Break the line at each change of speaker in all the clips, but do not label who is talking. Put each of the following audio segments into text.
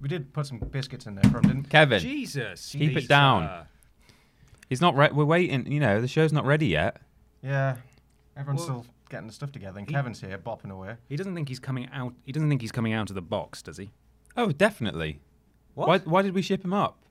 We did put some biscuits in there for him, didn't we?
Kevin,
Jesus. uh,
Keep it
Lisa.
down. he's not. Re- we're waiting. You know, the show's not ready yet.
Yeah. Everyone's
Well-
still getting the stuff together, and Kevin's here bopping away.
He doesn't think he's coming out. He doesn't think he's coming out of the box, does he?
Oh, definitely.
What?
Why, why did we ship him up?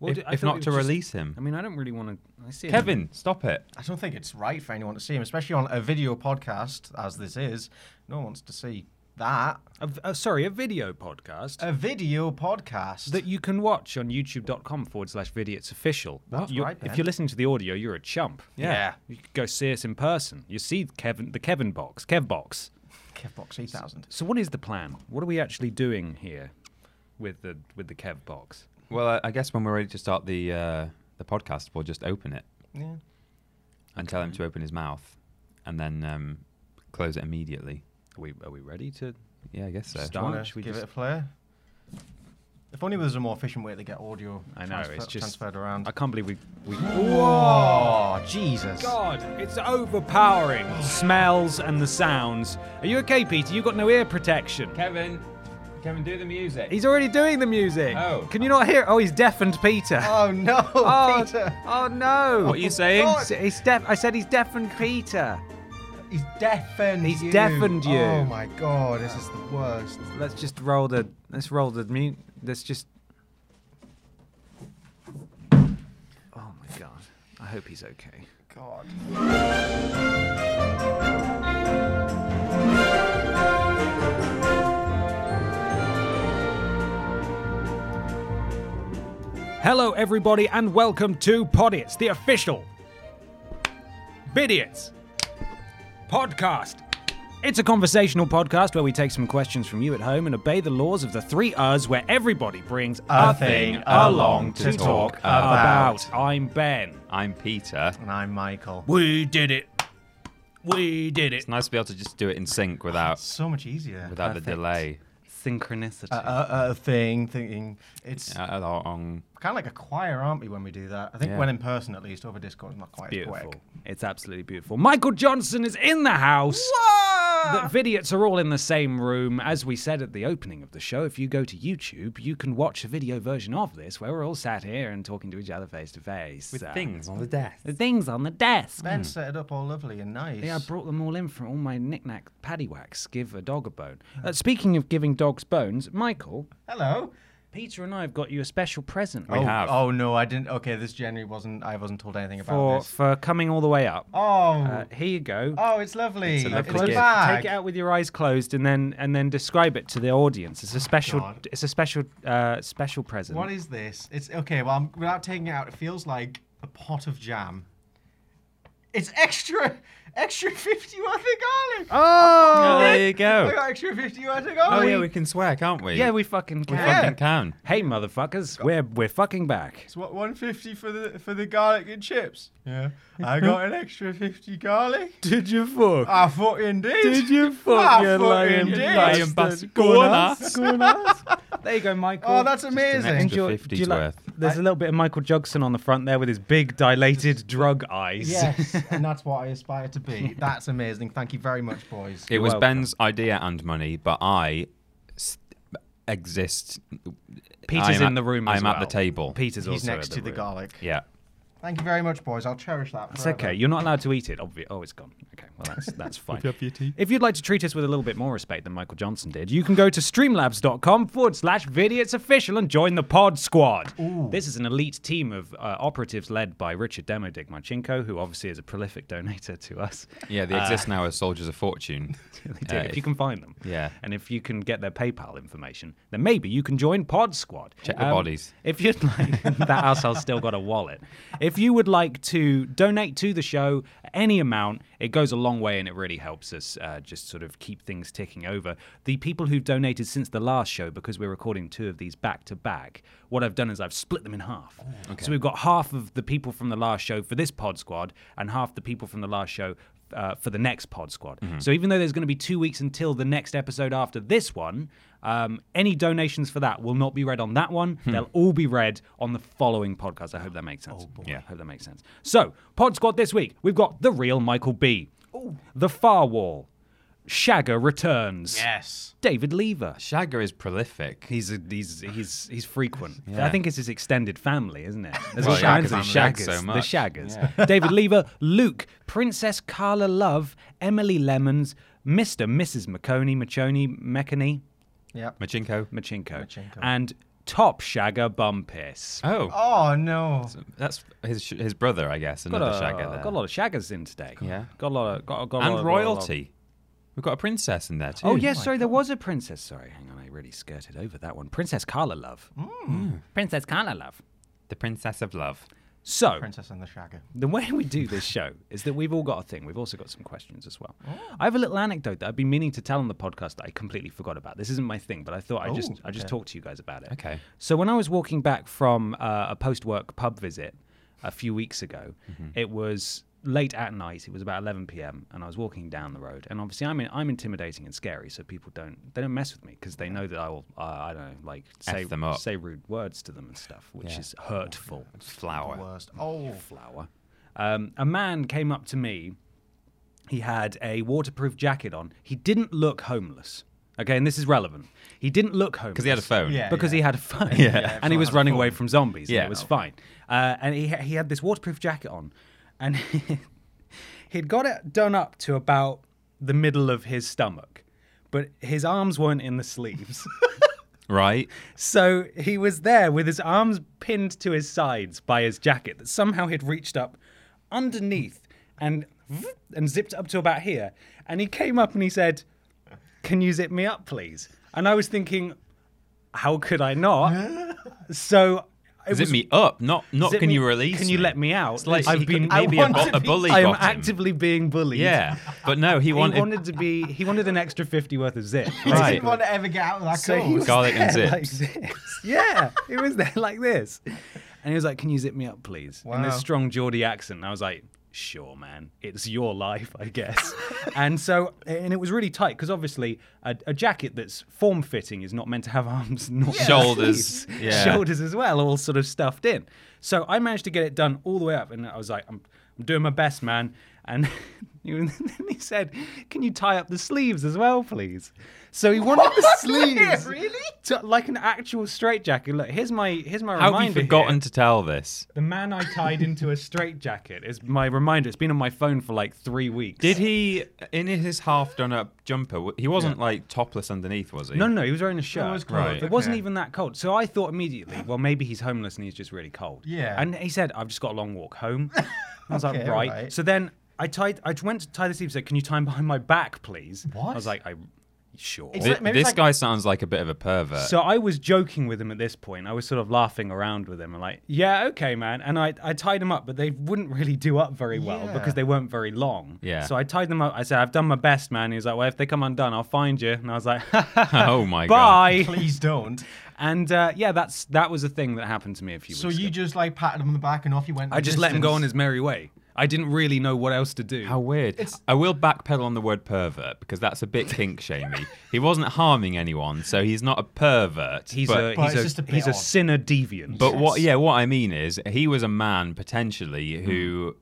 What
If-
do- I
if
thought
not
it was
to release him.
I mean, I don't really want to. I see him-
Kevin, stop it.
I don't think it's right for anyone to see him, especially on a video podcast as this is. No one wants to see that.
A v- uh, sorry, a video podcast
A video podcast.
that you can watch on youtube.com forward slash video. It's official.
That's
You're-
right,
If
then.
you're listening to the audio, you're a chump.
Yeah. Yeah.
You could go see us in person. You see Kevin, the Kevin box, Kev box.
Kevbox 8000.
So what is the plan? What are we actually doing here with the with the Kev box?
Well, I, I guess when we're ready to start the uh, the podcast, we'll just open it
Yeah.
and tell him to open his mouth, and then um, close it immediately.
Are we are we ready to?
Yeah, I guess so.
Start.
Wanna
Should we
give
just-
it a play? If only there was a more efficient way to get audio
I know
transfer-
it's just
transferred around.
I can't believe we we.
Whoa, Jesus.
God, it's overpowering. Smells and the sounds. Are you okay, Peter? You've got no ear protection.
Kevin, Kevin, do the music.
He's already doing the music.
Oh.
Can you not hear? Oh, he's deafened Peter.
Oh no,
Oh,
Peter.
oh, no.
What are you saying?
S- He's deaf. I said he's deafened Peter.
He's deafened
He's
you.
deafened you.
Oh my god, this is the worst.
Let's just roll the. Let's roll the mute. Let's just. Oh my god. I hope he's okay.
God.
Hello, everybody, and welcome to Podiots, the official Bidiots podcast. It's a conversational podcast where we take some questions from you at home and obey the laws of the three Us, where everybody brings a, thing along to talk about. I'm Ben.
I'm Peter.
And I'm Michael.
We did it. We did it.
It's nice to be able to just do it in sync without
So much easier.
without the delay.
Synchronicity.
Uh, uh, thing, thinking. It's
Uh, along.
kind of like a choir, aren't we, when we do that? I think
Yeah. Hmm.
when in person, at least, over Discord, it's not quite as
beautiful.
quick.
It's absolutely beautiful. Michael Johnson is in the house. The vidiots are all in the same room. As we said at the opening of the show, if you go to YouTube, you can watch a video version of this where we're all sat here and talking to each other face to face.
with
Uh,
things on the desk.
The things on the desk.
Ben set it up all lovely and nice.
Yeah, I brought them all in from all my knick-knack paddywhacks. Give a dog a bone. Uh, speaking of giving dogs bones, Michael,
Hello.
Peter and I have got you a special present
We
oh,
have.
oh no, I didn't. Okay, this January wasn't. I wasn't told anything about
for
this.
for coming all the way up.
Oh,
Uh, here you go.
oh, it's lovely.
It's a lovely
it's
gift.
bag.
Take it out with your eyes closed, and then and then describe it to the audience.
Oh,
It's a special.
God.
It's a special. Uh, special present.
What is this? It's okay. Well, I'm, without taking it out, it feels like a pot of jam. It's extra, extra fifty worth of garlic.
Oh, there you
I
go.
got extra fifty worth of
Oh
garlic.
yeah, we can swear, can't we?
Yeah, we fucking
we
can.
fucking can.
Hey, motherfuckers, we're we're fucking back.
It's what one fifty for the for the garlic and chips. Yeah, I got an extra fifty garlic.
Did you fuck?
I fucking did.
Did you
I
fucking
fucking
lying
did.
lying bastard? Go on, ass.
There you go, Michael.
Oh, that's
extra
amazing.
Enjoy- 50's worth.
There's a little bit of Michael Jogson on the front there with his big dilated drug eyes.
Yes, and that's what I aspire to be. That's amazing. Thank you very much, boys.
It was
welcome.
Ben's idea and money, but I s- exist.
Peter's
I'm
in
at-
the room. as
I'm at the
well.
table.
Peter's
He's
also
next
at
to the
room.
garlic.
Yeah.
Thank you very much, boys. I'll cherish that.
It's
forever.
okay. You're not allowed to eat it. Obvi- oh, it's gone. Okay, well that's that's fine.
you up for your tea?
If you'd like to treat us with a little bit more respect than Michael Johnson did, you can go to streamlabs.com forward slash Vidiot's official and join the Pod Squad. This is an elite team of uh, operatives led by Richard Demodick Machinko, who obviously is a prolific donator to us.
Yeah, they exist now as soldiers of fortune.
Ah. They do,
Uh,
if you can find them.
yeah.
And if you can get their PayPal information, then maybe you can join Pod Squad. Um,
Check the bodies.
If you'd like, that asshole's still got a wallet. If you would like to donate to the show any amount, it goes a long way and it really helps us uh, just sort of keep things ticking over. The people who've donated since the last show, because we're recording two of these back to back, what I've done is I've split them in half.
Oh,
So we've got half of the people from the last show for this pod squad and half the people from the last show uh, for the next pod squad. So even though there's going to be two weeks until the next episode after this one, um, any donations for that will not be read on that one. They'll all be read on the following podcast. I hope that makes sense. Yeah, I hope that makes sense. So pod squad this week we've got the real Michael B, the Far Wall, Shagger returns,
Yes.
David Lever.
Shagger is prolific.
He's a, he's he's he's frequent.
Yeah.
I think it's his extended family, isn't it? There's
Well,
all
yeah,
kinds of
'cause he shags
shaggers.
so
The
much.
shaggers. David Lever, Luke, Princess Carla Love, Emily Lemons, Mr. Mrs. McConey, Machoney, Mechany,
Yep.
Machinko.
Machinko,
Machinko.
and Top Shagger Bum Piss.
Oh,
Oh no.
that's his sh- his brother, I guess. Another Shagger there.
got a lot of shaggers in today.
Yeah.
Got a lot of got, got a lot
and
of-
royalty. We've got a princess in there too.
Oh yes, sorry, there was a princess. Sorry, hang on, I really skirted over that one. Princess Carla Love. Princess Carla Love.
the princess of love.
So
Princess and the Shagger.
The way we do this show is that we've all got a thing. We've also got some questions as well.
Oh.
I have a little anecdote that I've been meaning to tell on the podcast that I completely forgot about. This isn't my thing, but I thought I just I just talked to you guys about it.
Oh, Okay.
So when I was walking back from uh, a post-work pub visit a few weeks ago,
Mm-hmm.
it was late at night. It was about 11 p.m. and I was walking down the road. And obviously, I'm in, I'm intimidating and scary, so people don't they don't mess with me because they know that I will uh, I don't know like say
them up.
say rude words to them and stuff, which is hurtful
Flower.
Worst. Oh.
flower. Um, a man came up to me. He had a waterproof jacket on. He didn't look homeless. Okay, and this is relevant. He didn't look homeless
Because he had a phone.
Yeah.
because he had a phone and he was running away from zombies. Yeah,
Yeah.
and it was fine. Uh, and he he had this waterproof jacket on, and he'd got it done up to about the middle of his stomach, but his arms weren't in the sleeves.
Right?
So he was there with his arms pinned to his sides by his jacket that somehow he'd reached up underneath and and zipped up to about here. And he came up and he said, "Can you zip me up, please?" And I was thinking, how could I not? So it
Zip
was-
me up. Not not
zip
can
me-
you release?
Can you
me?
let me out?
It's like
I've
he could-
been
maybe
I
a,
want
bu-
to
a
be-
bully
I am
got him.
actively being bullied.
Yeah, but no, he
He
wanted,
wanted, to be. He wanted an extra fifty worth of zip.
I
right.
didn't want to ever get out of that
So he
clothes.
was
Garlic and
there
zips.
Like this. Yeah, he was there like this. And he was like, Can you zip me up, please? In this
Wow.
strong Geordie accent. And I was like, Sure, man. It's your life, I guess. and so, and it was really tight because obviously a, a jacket that's form fitting is not meant to have arms, nor
Shoulders,
sleeves.
yeah.
Shoulders as well, all sort of stuffed in. So I managed to get it done all the way up. And I was like, I'm, I'm doing my best, man. And he- then he said, Can you tie up the sleeves as well, please? So he wanted the sleeves.
Really?
to- like an actual straitjacket. Look, here's my here's my
How have you
reminder.
forgotten
here.
to tell this?
The man I tied into a straitjacket is my reminder. It's been on my phone for like three weeks.
Did he in his half done up jumper? w- He wasn't like topless underneath, was he?
No, no, he was wearing a shirt.
it was cold,
Right.
It wasn't
okay.
even that cold. So I thought immediately, well, maybe he's homeless and he's just really cold.
Yeah.
And he said, I've just got a long walk home. I was like,
Okay,
right.
alright.
So then I tied. I went to tie the sleeves. Said, can you tie them behind my back, please? I
What?
was like, I sure.
It's
Thi-
like- maybe it's
this
like-
guy sounds like a bit of a pervert.
So I was joking with him at this point. I was sort of laughing around with him and like, yeah, okay, man. And I, I tied them up, but they wouldn't really do up very well
Yeah.
because they weren't very long.
Yeah.
So I tied them up. I said, I've done my best, man. He was like, well, if they come undone, I'll find you. And I was like,
oh my god!
bye.
Please don't.
And uh, yeah, that's that was a thing that happened to me a few
So
weeks
you
ago.
just like patted him on the back and off you went.
I just let him go on his merry way. I didn't really know what else to do.
How weird. I will backpedal on the word pervert because that's a bit kink shamey. he wasn't harming anyone, so he's not a pervert.
he's
but,
a
But
he's
it's
a,
just a bit
he's a
odd.
sinner deviant.
But what? Yeah, what I mean is, he was a man
Mm.
potentially who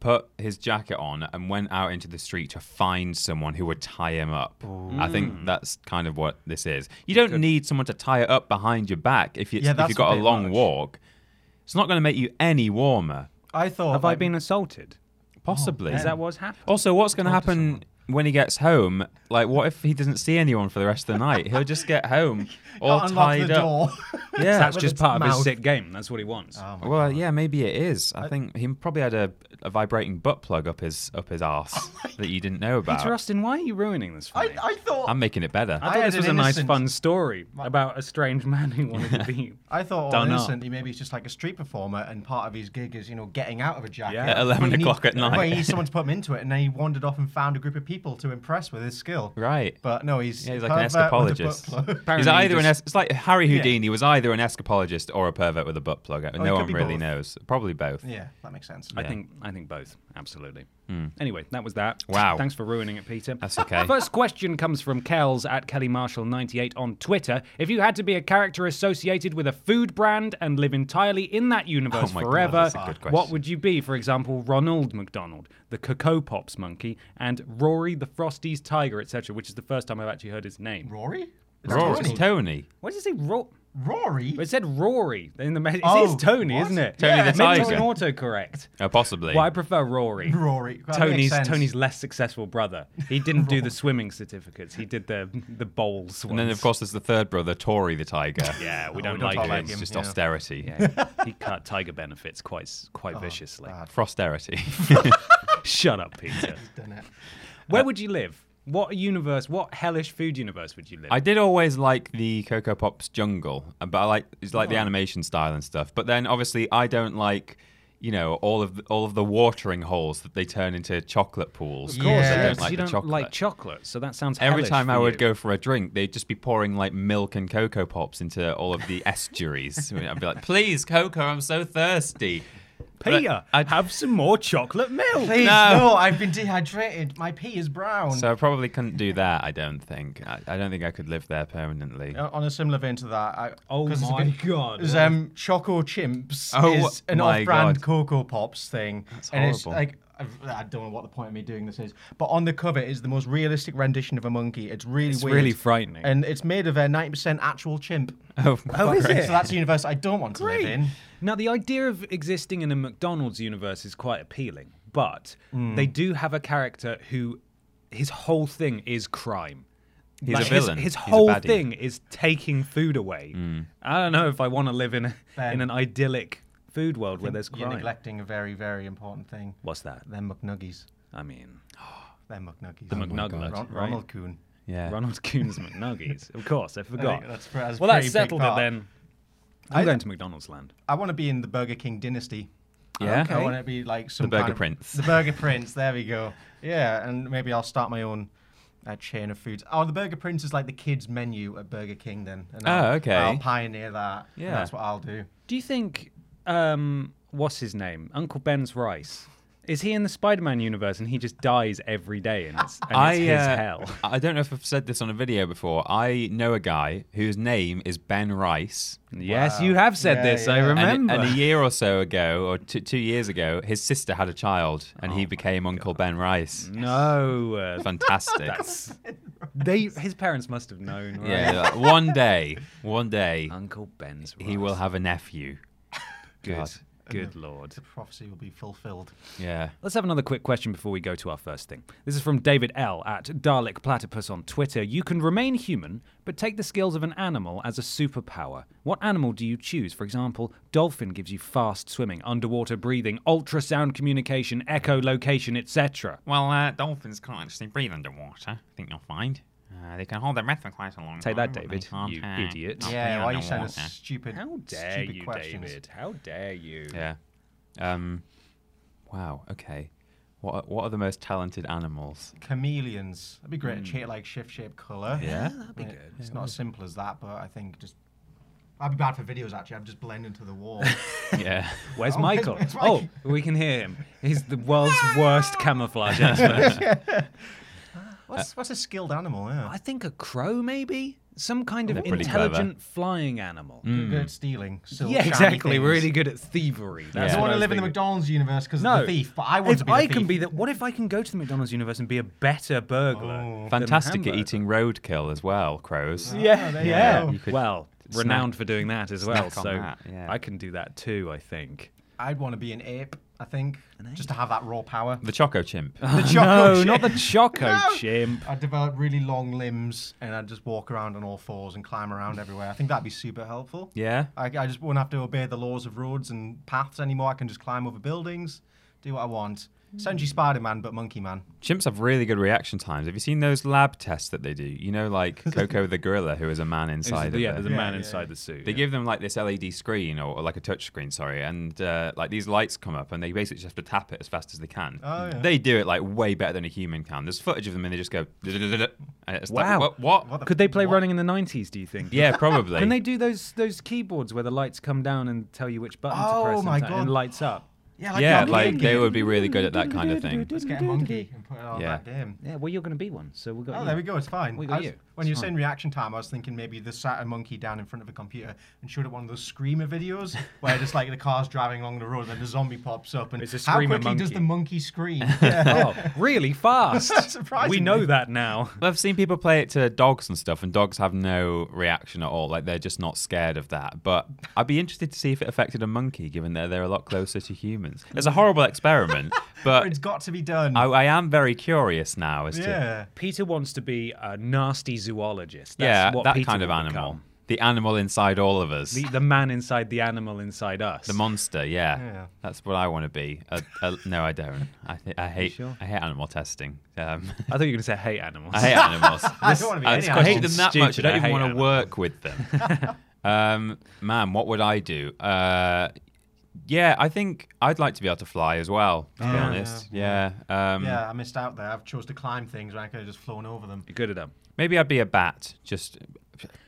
put his jacket on and went out into the street to find someone who would tie him up. I
Mm.
think that's kind of what this is. You don't need someone to tie it up behind your back if you
Yeah,
if
that's a
you've got a
bit
long
much. Oh,
walk. It's not going to make you any warmer.
I thought.
Have I
like,
been assaulted?
Possibly.
Is that what's happened?
Also, what's going to happen when he gets home? Like, what if he doesn't see anyone for the rest of the night? He'll just get home all
Unlock
tied
the
up.
door.
Yeah.
That's just
its
part of his
mouth. Oh,
sick game. That's what he wants.
well, uh, yeah, maybe it is. I think he probably had a, a vibrating butt plug up his up his arse that you didn't know about.
Peter Austin, why are you ruining this for
I,
me?
I thought.
I'm making it better.
I
I
thought
had
this was a
an
nice,
innocent-
fun story about a strange man who wanted to be.
I thought all
Done up.
innocent, he maybe he's just like a street performer, and part of his gig is, you know, getting out of a jacket.
Yeah. At
11
But he
o'clock at night.
But he needs someone to put him into it, and then he wandered off and found a group of people to impress with his skill.
Right.
But no, he's,
Yeah, he's
a
like an
pervert with a butt
escapologist.
plug.
He's
Apparently he
either an es-
just-
it's like Harry Houdini was either an escapologist or a pervert with a butt plug.
it
no
could
one
be
really
both.
knows. Probably both.
yeah, that makes sense.
I think I think both. Absolutely. Anyway, that was that.
Hmm. Wow.
Thanks for ruining it, Peter.
That's okay.
First question comes from Kells at Kelly Marshall 98 on Twitter. If you had to be a character associated with a food brand and live entirely in that universe
Oh my God,
forever,
that's a good
what
question.
would you be? For example, Ronald McDonald, the Cocoa Pops monkey, and Rory the Frosty's tiger, etc., which is the first time I've actually heard his name.
Rory? It's
Rory, Tony.
Tony.
What does it say? Ro-
Rory?
it said Rory in the message. It
Oh,
says Tony,
what?
isn't it?
Tony
Yeah,
the
it's
Meant to
tiger.
an autocorrect.
Oh, possibly.
Well, I prefer Rory.
Rory. That
Tony's
makes sense.
Tony's less successful brother. He didn't do the swimming certificates. He did the the bowls.
and then, of course, there's the third brother, Tory the tiger. Oh,
yeah,
don't
we don't,
we don't
like,
talk like him.
It's
him.
just
yeah.
austerity.
Yeah, he cut tiger benefits quite s- quite
Oh,
viciously.
Frosterity.
Shut up, Peter.
Done it.
Uh,
Where would you live? What universe? What hellish food universe would you live?
I did always like the Coco Pops jungle, uh, but I like it's like the animation style and stuff. But then obviously I don't like, you know, all of the, all of the watering holes that they turn into chocolate pools.
Of course,
I
yeah,
don't
'cause
like
you
the
don't
chocolate.
like chocolate, so that sounds.
Every
hellish
time
for
I would
you.
go for a drink, they'd just be pouring like milk and cocoa pops into all of the estuaries. I mean, I'd be like, "Please, cocoa, I'm so thirsty." But I-
Peter, I'd have some more chocolate milk.
Please,
No.
no. I've been dehydrated. My pee is brown.
So I probably couldn't do that. I don't think. I, I don't think I could live there permanently.
Uh, On a similar vein to that, I,
Oh
'cause it's a
my
bit-
God,
is
what
um Choco Chimps
Oh
is an
my
off-brand
God.
Cocoa Pops thing,
That's
and it's
horrible.
like I've- I don't know what the point of me doing this is, but on the cover is the most realistic rendition of a monkey. It's really
It's
weird,
really frightening.
and it's made of a ninety percent actual chimp.
Oh,
is
right.
it?
So that's the universe I don't want to live in.
Now, the idea of existing in a McDonald's universe is quite appealing, but
Hmm.
they do have a character who his whole thing is crime.
He's
Like,
a
his-
villain. He's
His,
a
whole
baddie. Hmm.
thing is taking food away. I don't know if I want to live in a,
Ben.
in an idyllic food world where there's
You're
crime.
neglecting a very, very important thing.
What's that?
They're McNuggies.
I mean,
They're McNuggies. Oh
the McNugget,
Ron-
right?
Ronald Coon.
Yeah.
Ronald Coon's McNuggies. Of course, I forgot.
that's pre- that's
well, that
pretty big
settled it
part.
then. I'm
I-
going to McDonald's land.
I want to be in the Burger King dynasty.
Yeah.
I want to be like some
Burger
kind of-
Prince.
The Burger Prince. There we go. Yeah, and maybe I'll start my own uh, chain of foods. Oh, the Burger Prince is like the kids' menu at Burger King, then. And
Oh,
I'll,
okay.
I'll pioneer that. and
Yeah.
that's what I'll do.
Do you think um what's his name? Uncle Ben's Rice. Is he in the Spider-Man universe and he just dies every day and it's, and it's his
uh,
hell?
I don't know if I've said this on a video before. I know a guy whose name is Ben Rice.
Yes, you have said
Yeah,
this. I
yeah. And it-
And,
remember.
and a year or so ago, or t- two years ago, his sister had a child and he became Uncle Ben Rice.
no, uh,
Fantastic.
that's they. His parents must have known. Right?
yeah, like, one day, one day,
Uncle Ben's Rice.
he will have a nephew.
good.
God.
Good lord.
The prophecy will be fulfilled.
Yeah.
Let's have another quick question before we go to our first thing. This is from David L. at Dalek Platypus on Twitter. You can remain human, but take the skills of an animal as a superpower. What animal do you choose? For example, dolphin gives you fast swimming, underwater breathing, ultrasound communication, echolocation, etc.
Well, uh, dolphins can't actually breathe underwater. I think you'll find. Uh, they can hold their breath for quite a long
Take that, David, you
uh,
idiot. Yeah,
Yeah, why are you saying a stupid,
How dare
stupid
you,
questions?
David? How dare you?
Yeah. Um. Wow. Okay. What are, What are the most talented animals?
Chameleons. That'd be great
Hmm.
to treat it like shift shape colour. Yeah,
that'd
be good. It's not as simple as that, but I think just. I'd be bad for videos actually. I'd just blend into the wall.
Yeah.
Where's
Oh,
Michael?
it's
Oh,
Mike.
we can hear him. He's the world's worst camouflage expert.
what's, what's a skilled animal? Yeah.
I think a crow, maybe some kind of
They're pretty
intelligent
clever.
flying animal.
Good at stealing. silk,
Yeah,
shiny
exactly.
things.
We're really good at thievery. That's
I
Yeah.
don't
what
want
I
to
was
live in the
thinking.
McDonald's universe because
No,
of the thief, but I want
if
to be the
I
thief.
can be that, what if I can go to the McDonald's universe and be a better burglar?
Oh.
than
Fantastic at
Hamburger?
eating roadkill as well, crows.
uh, Yeah,
Oh, there you
yeah.
go. You
could
well,
snack-
renowned for doing that as well.
snack on
So
that, yeah.
I can do that too. I think.
I'd want to be an ape. I think just to have that raw power.
The Choco Chimp.
The
No,
choco chip.
not the Choco
No.
Chimp.
I'd develop really long limbs and I'd just walk around on all fours and climb around everywhere. I think that'd be super helpful.
Yeah.
I, I just won't have to obey the laws of roads and paths anymore. I can just climb over buildings, do what I want. Essentially Spider Man, but Monkey Man.
Chimps have really good reaction times. Have you seen those lab tests that they do? You know, like Coco the gorilla, who is a man inside.
yeah,
of
there's
it.
a man
yeah,
inside the suit.
They
yeah.
give them like this LED screen or, or like a touch screen, sorry, and uh, like these lights come up, and they basically just have to tap it as fast as they can.
Oh, yeah.
They do it like way better than a human can. There's footage of them, and they just go. "Da-da-da-da-da," and it's like,
Wow.
what? what?
What the-
Could they play
what?
running in the 90s, do you think?
Yeah, probably.
Can they do those those keyboards where the lights come down and tell you which button
Oh
to press
my
and, ta-
God.
and lights up?
Yeah,
yeah,
Donkey
like
Kong
they
game.
would be really good at that kind of thing.
Let's get a monkey and put it on
Yeah.
that game.
Yeah, well, you're going to be one, so we've got.
Oh,
you.
there we go. It's fine.
We got
I was-
you.
When
It's
you were
fine.
saying reaction time, I was thinking maybe the sat a monkey down in front of a computer and showed it one of those screamer videos where just like the car's driving along the road and the zombie pops up and
It's a
how
screamer
quickly does
monkey.
the monkey scream? Yeah.
Oh, really fast. we
Surprisingly.
know that now.
Well, I've seen people play it to dogs and stuff, and dogs have no reaction at all. Like they're just not scared of that. But I'd be interested to see if it affected a monkey, given that they're a lot closer to humans. It's a horrible experiment, but
it's got to be done.
I, I am very curious now as to
yeah.
Peter wants to be a nasty zoologist. That's
yeah
what
that
Peter
kind of
will
animal,
become.
the animal inside all of us,
The,
the,
the man inside the animal inside us.
monster. Yeah.
Yeah.
that's what I want to be. A, a, no, I don't. I, th- I hate
sure?
I hate animal testing. Um,
I thought you were going to say hate animals.
I hate animals.
I don't want to be any
just
animal.
hate them that
Stupid,
much. I don't
I
even
hate
want to
animals.
work with them. um, man, what would I do? Uh, yeah, I think I'd like to be able to fly as well. To be honest, yeah. Um,
Hmm.
Yeah, I missed out there. I've chose to climb things when I could have just flown over them.
You're good at them.
Maybe I'd be a bat. Just,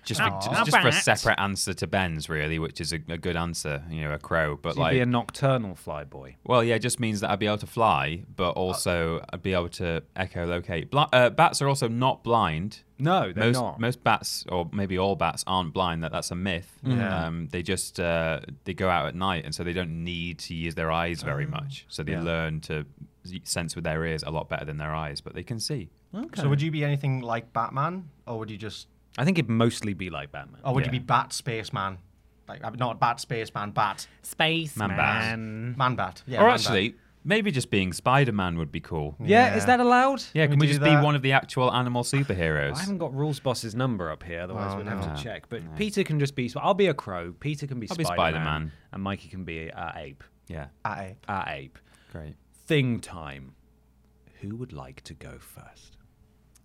just, for,
Aw.
just,
A
just for a
bat.
separate answer to Ben's, really, which is a, a good answer. You know, a crow, but
So you'd
like,
be a nocturnal flyboy.
well, yeah, it just means that I'd be able to fly, but
Uh,
also I'd be able to echolocate. Bli- uh, bats are also not blind.
No, they're
most,
not.
Most bats, or maybe all bats, aren't blind. That that's a myth. Um, they just uh, they go out at night, and so they don't need to use their eyes very much. So they learn to s- sense with their ears a lot better than their eyes, but they can see.
So would you be anything like Batman, or would you just,
I think it'd mostly be like Batman.
or would you be Bat Spaceman? Like I'm not Bat Spaceman, Bat
Space
Man
man.
Man Bat. Yeah,
or
Man
actually, maybe just being Spider-Man would be cool. Yeah,
Yeah,
Yeah.
is that allowed?
can
we
we
do
just
that?
be one of the actual animal superheroes?
I haven't got rules boss's number up here, otherwise we'd have to check. But Peter can just be. so I'll be a crow. Peter can be
I'll be
Spider-Man,
Spider-Man.
and Mikey can be a ape.
yeah,
Bat. Aye.
A ape.
great.
Thing time. Who would like to go first?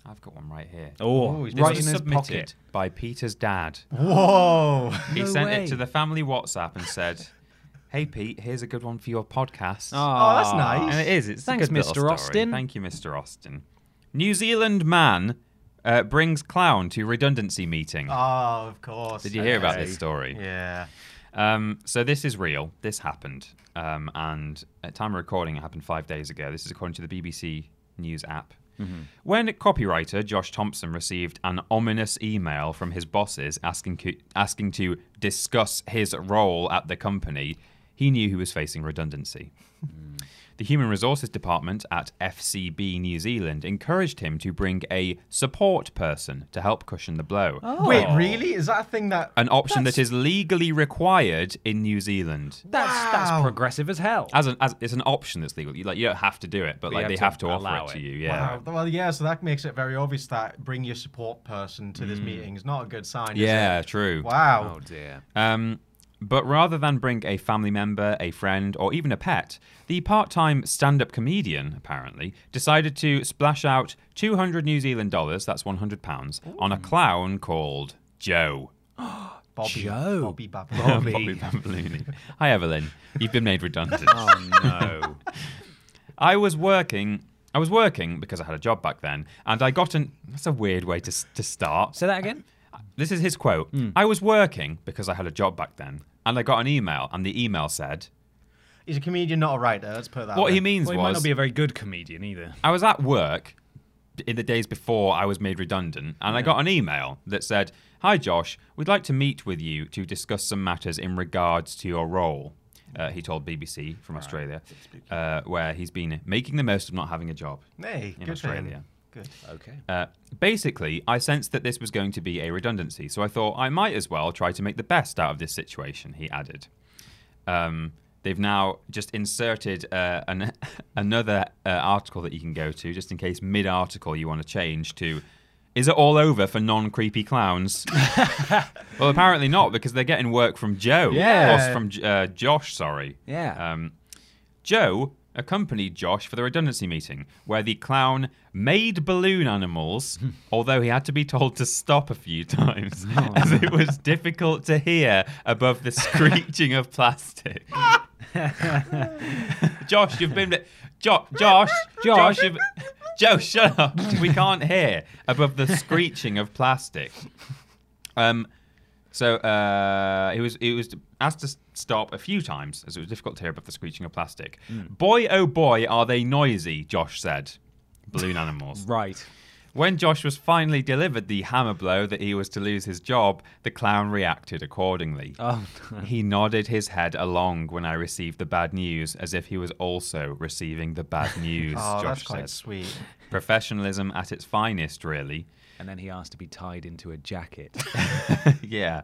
I've got one right here.
Oh,
he's
This
right
was
in his
submitted
pocket.
by Peter's dad.
Whoa.
He
No
sent
way.
it to the family WhatsApp and said, "Hey Pete, here's a good one for your podcast."
Ah,
Oh, that's nice.
And it is. It's a
Thanks,
good little
Mr.
story.
Austin.
Thank you, Mr. Austin. New Zealand man uh, brings clown to redundancy meeting.
Oh, of course.
Did you hear about
Okay.
this story?
Yeah.
Um, so this is real. This happened, um, and at time of recording, it happened five days ago. This is according to the BBC News app. When copywriter Josh Thompson received an ominous email from his bosses asking co- asking to discuss his role at the company, he knew he was facing redundancy. The Human Resources Department at FCB New Zealand encouraged him to bring a support person to help cushion the blow
Wait,
Oh.
really? Is that a thing that?
an option that is legally required in New Zealand.
That's that's
Wow.
progressive as hell.
As an as it's an option that's legal. You, like you don't have to do it, but,
you
like
have
they
to
have to offer
allow
it
it.
to you. Yeah.
Wow. Well, yeah. So that makes it very obvious that bring your support person to this meeting is not a good sign. is
Mm. Yeah,
it?
true.
Wow.
oh dear.
Um, but rather than bring a family member, a friend, or even a pet, the part-time stand-up comedian apparently decided to splash out 200 New Zealand dollars, that's 100 pounds, on a clown called Joe.
Bobby.
Joe.
Bobby Babbitt.
Bobby Bambolini. Hi, Evelyn. You've been made redundant.
Oh. No.
I was working. I was working because I had a job back then, and I got an. That's a weird way to s- to start.
Say that again.
This is his quote. I was working because I had a job back then, and I got an email, and the email said
He's a comedian, not a writer. Let's put it that.
what
way.
he means
Well, he might
was
not be a very good comedian either.
I was at work in the days before I was made redundant, and I got an email that said, "Hi Josh, we'd like to meet with you to discuss some matters in regards to your role." Uh, he told BBC from Australia, uh, where he's been making the most of not having a job.
Hey,
in
good for him.
Australia.
Good.
Okay.
Uh, basically, I sensed that this was going to be a redundancy, so I thought I might as well try to make the best out of this situation, he added. Um, They've now just inserted uh, an, another uh, article that you can go to, just in case mid article you want to change to. Is it all over for non creepy clowns? well, apparently not, because they're getting work from Joe.
Yeah.
Or from uh, Josh, sorry.
Yeah.
Um, Joe accompanied Josh for the redundancy meeting, where the clown made balloon animals, although he had to be told to stop a few times, as it was difficult to hear above the screeching of plastic. Josh, you've been. Jo- Josh,
Josh.
Josh, you've. Joe, shut up. We can't hear above the screeching of plastic. Um, so uh, it was it was asked to s- stop a few times as it was difficult to hear above the screeching of plastic.
Mm.
Boy, oh boy, are they noisy? Josh said. Balloon animals.
Right.
When Josh was finally delivered the hammer blow that he was to lose his job, the clown reacted accordingly.
Oh,
He nodded his head along when I received the bad news, as if he was also receiving the bad news.
Oh,
Josh
that's quite
said.
sweet.
Professionalism at its finest, really.
and then he asked to be tied into a jacket.
yeah.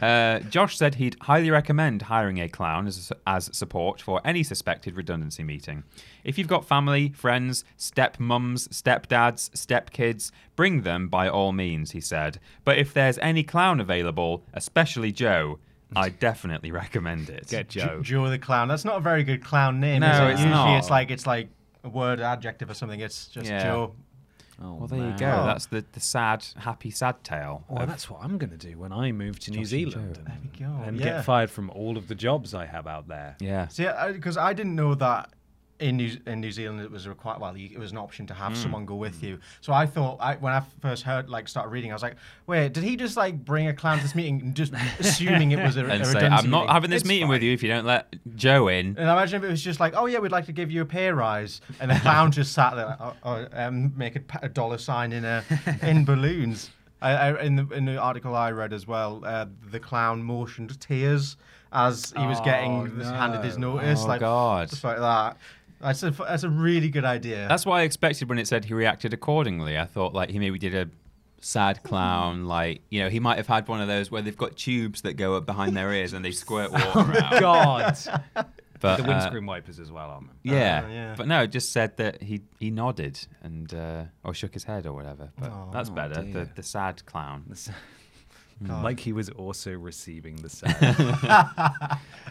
Uh, Josh said he'd highly recommend hiring a clown as, as support for any suspected redundancy meeting. If you've got family, friends, stepmums, stepdads, stepkids, bring them by all means, he said. But if there's any clown available, especially Joe, I definitely recommend it.
Get
J-
Joe.
Joe the clown. That's not a very good clown name.
Oh. No,
is it?
it's
Usually
not.
it's like it's like a word, adjective, or something. It's just
Yeah.
Joe.
Oh,
Well, there you
man.
go. That's the, the sad, happy, sad tale.
Well, that's what I'm going to do when I move to New Zealand and, Oh,
we go,
and
yeah.
get fired from all of the jobs I have out there.
Yeah.
See, because I, didn't know that in New, in New Zealand it was a require. Well, you, it was an option to
Mm.
have someone go with you. So I thought I, when I first heard, like, started reading, I was like, wait, did he just like bring a clown to this meeting, and just assuming it was a, a
And say,
redundancy
I'm not
meeting?"
having this meeting with you if you don't let Joe in.
And I imagine if it was just like, oh yeah, we'd like to give you a pay rise, and the clown just sat there, like, oh, oh, um, make a, pa- a dollar sign in a in balloons. I, I, in the in the article I read as well, uh, the clown motioned tears as he was
Oh,
getting this handed his
no.
notice,
Oh,
like
God.
just like that. That's a that's a really good idea.
That's what I expected when it said he reacted accordingly. I thought like he maybe did a sad clown, like you know he might have had one of those where they've got tubes that go up behind their ears and they squirt water out.
God.
But
the
uh,
windscreen wipers as well on them.
yeah.
Oh, yeah.
but no, it just said that he he nodded and uh, or shook his head or whatever. But that's better. The
dear.
the sad clown.
Like he was also receiving the sound.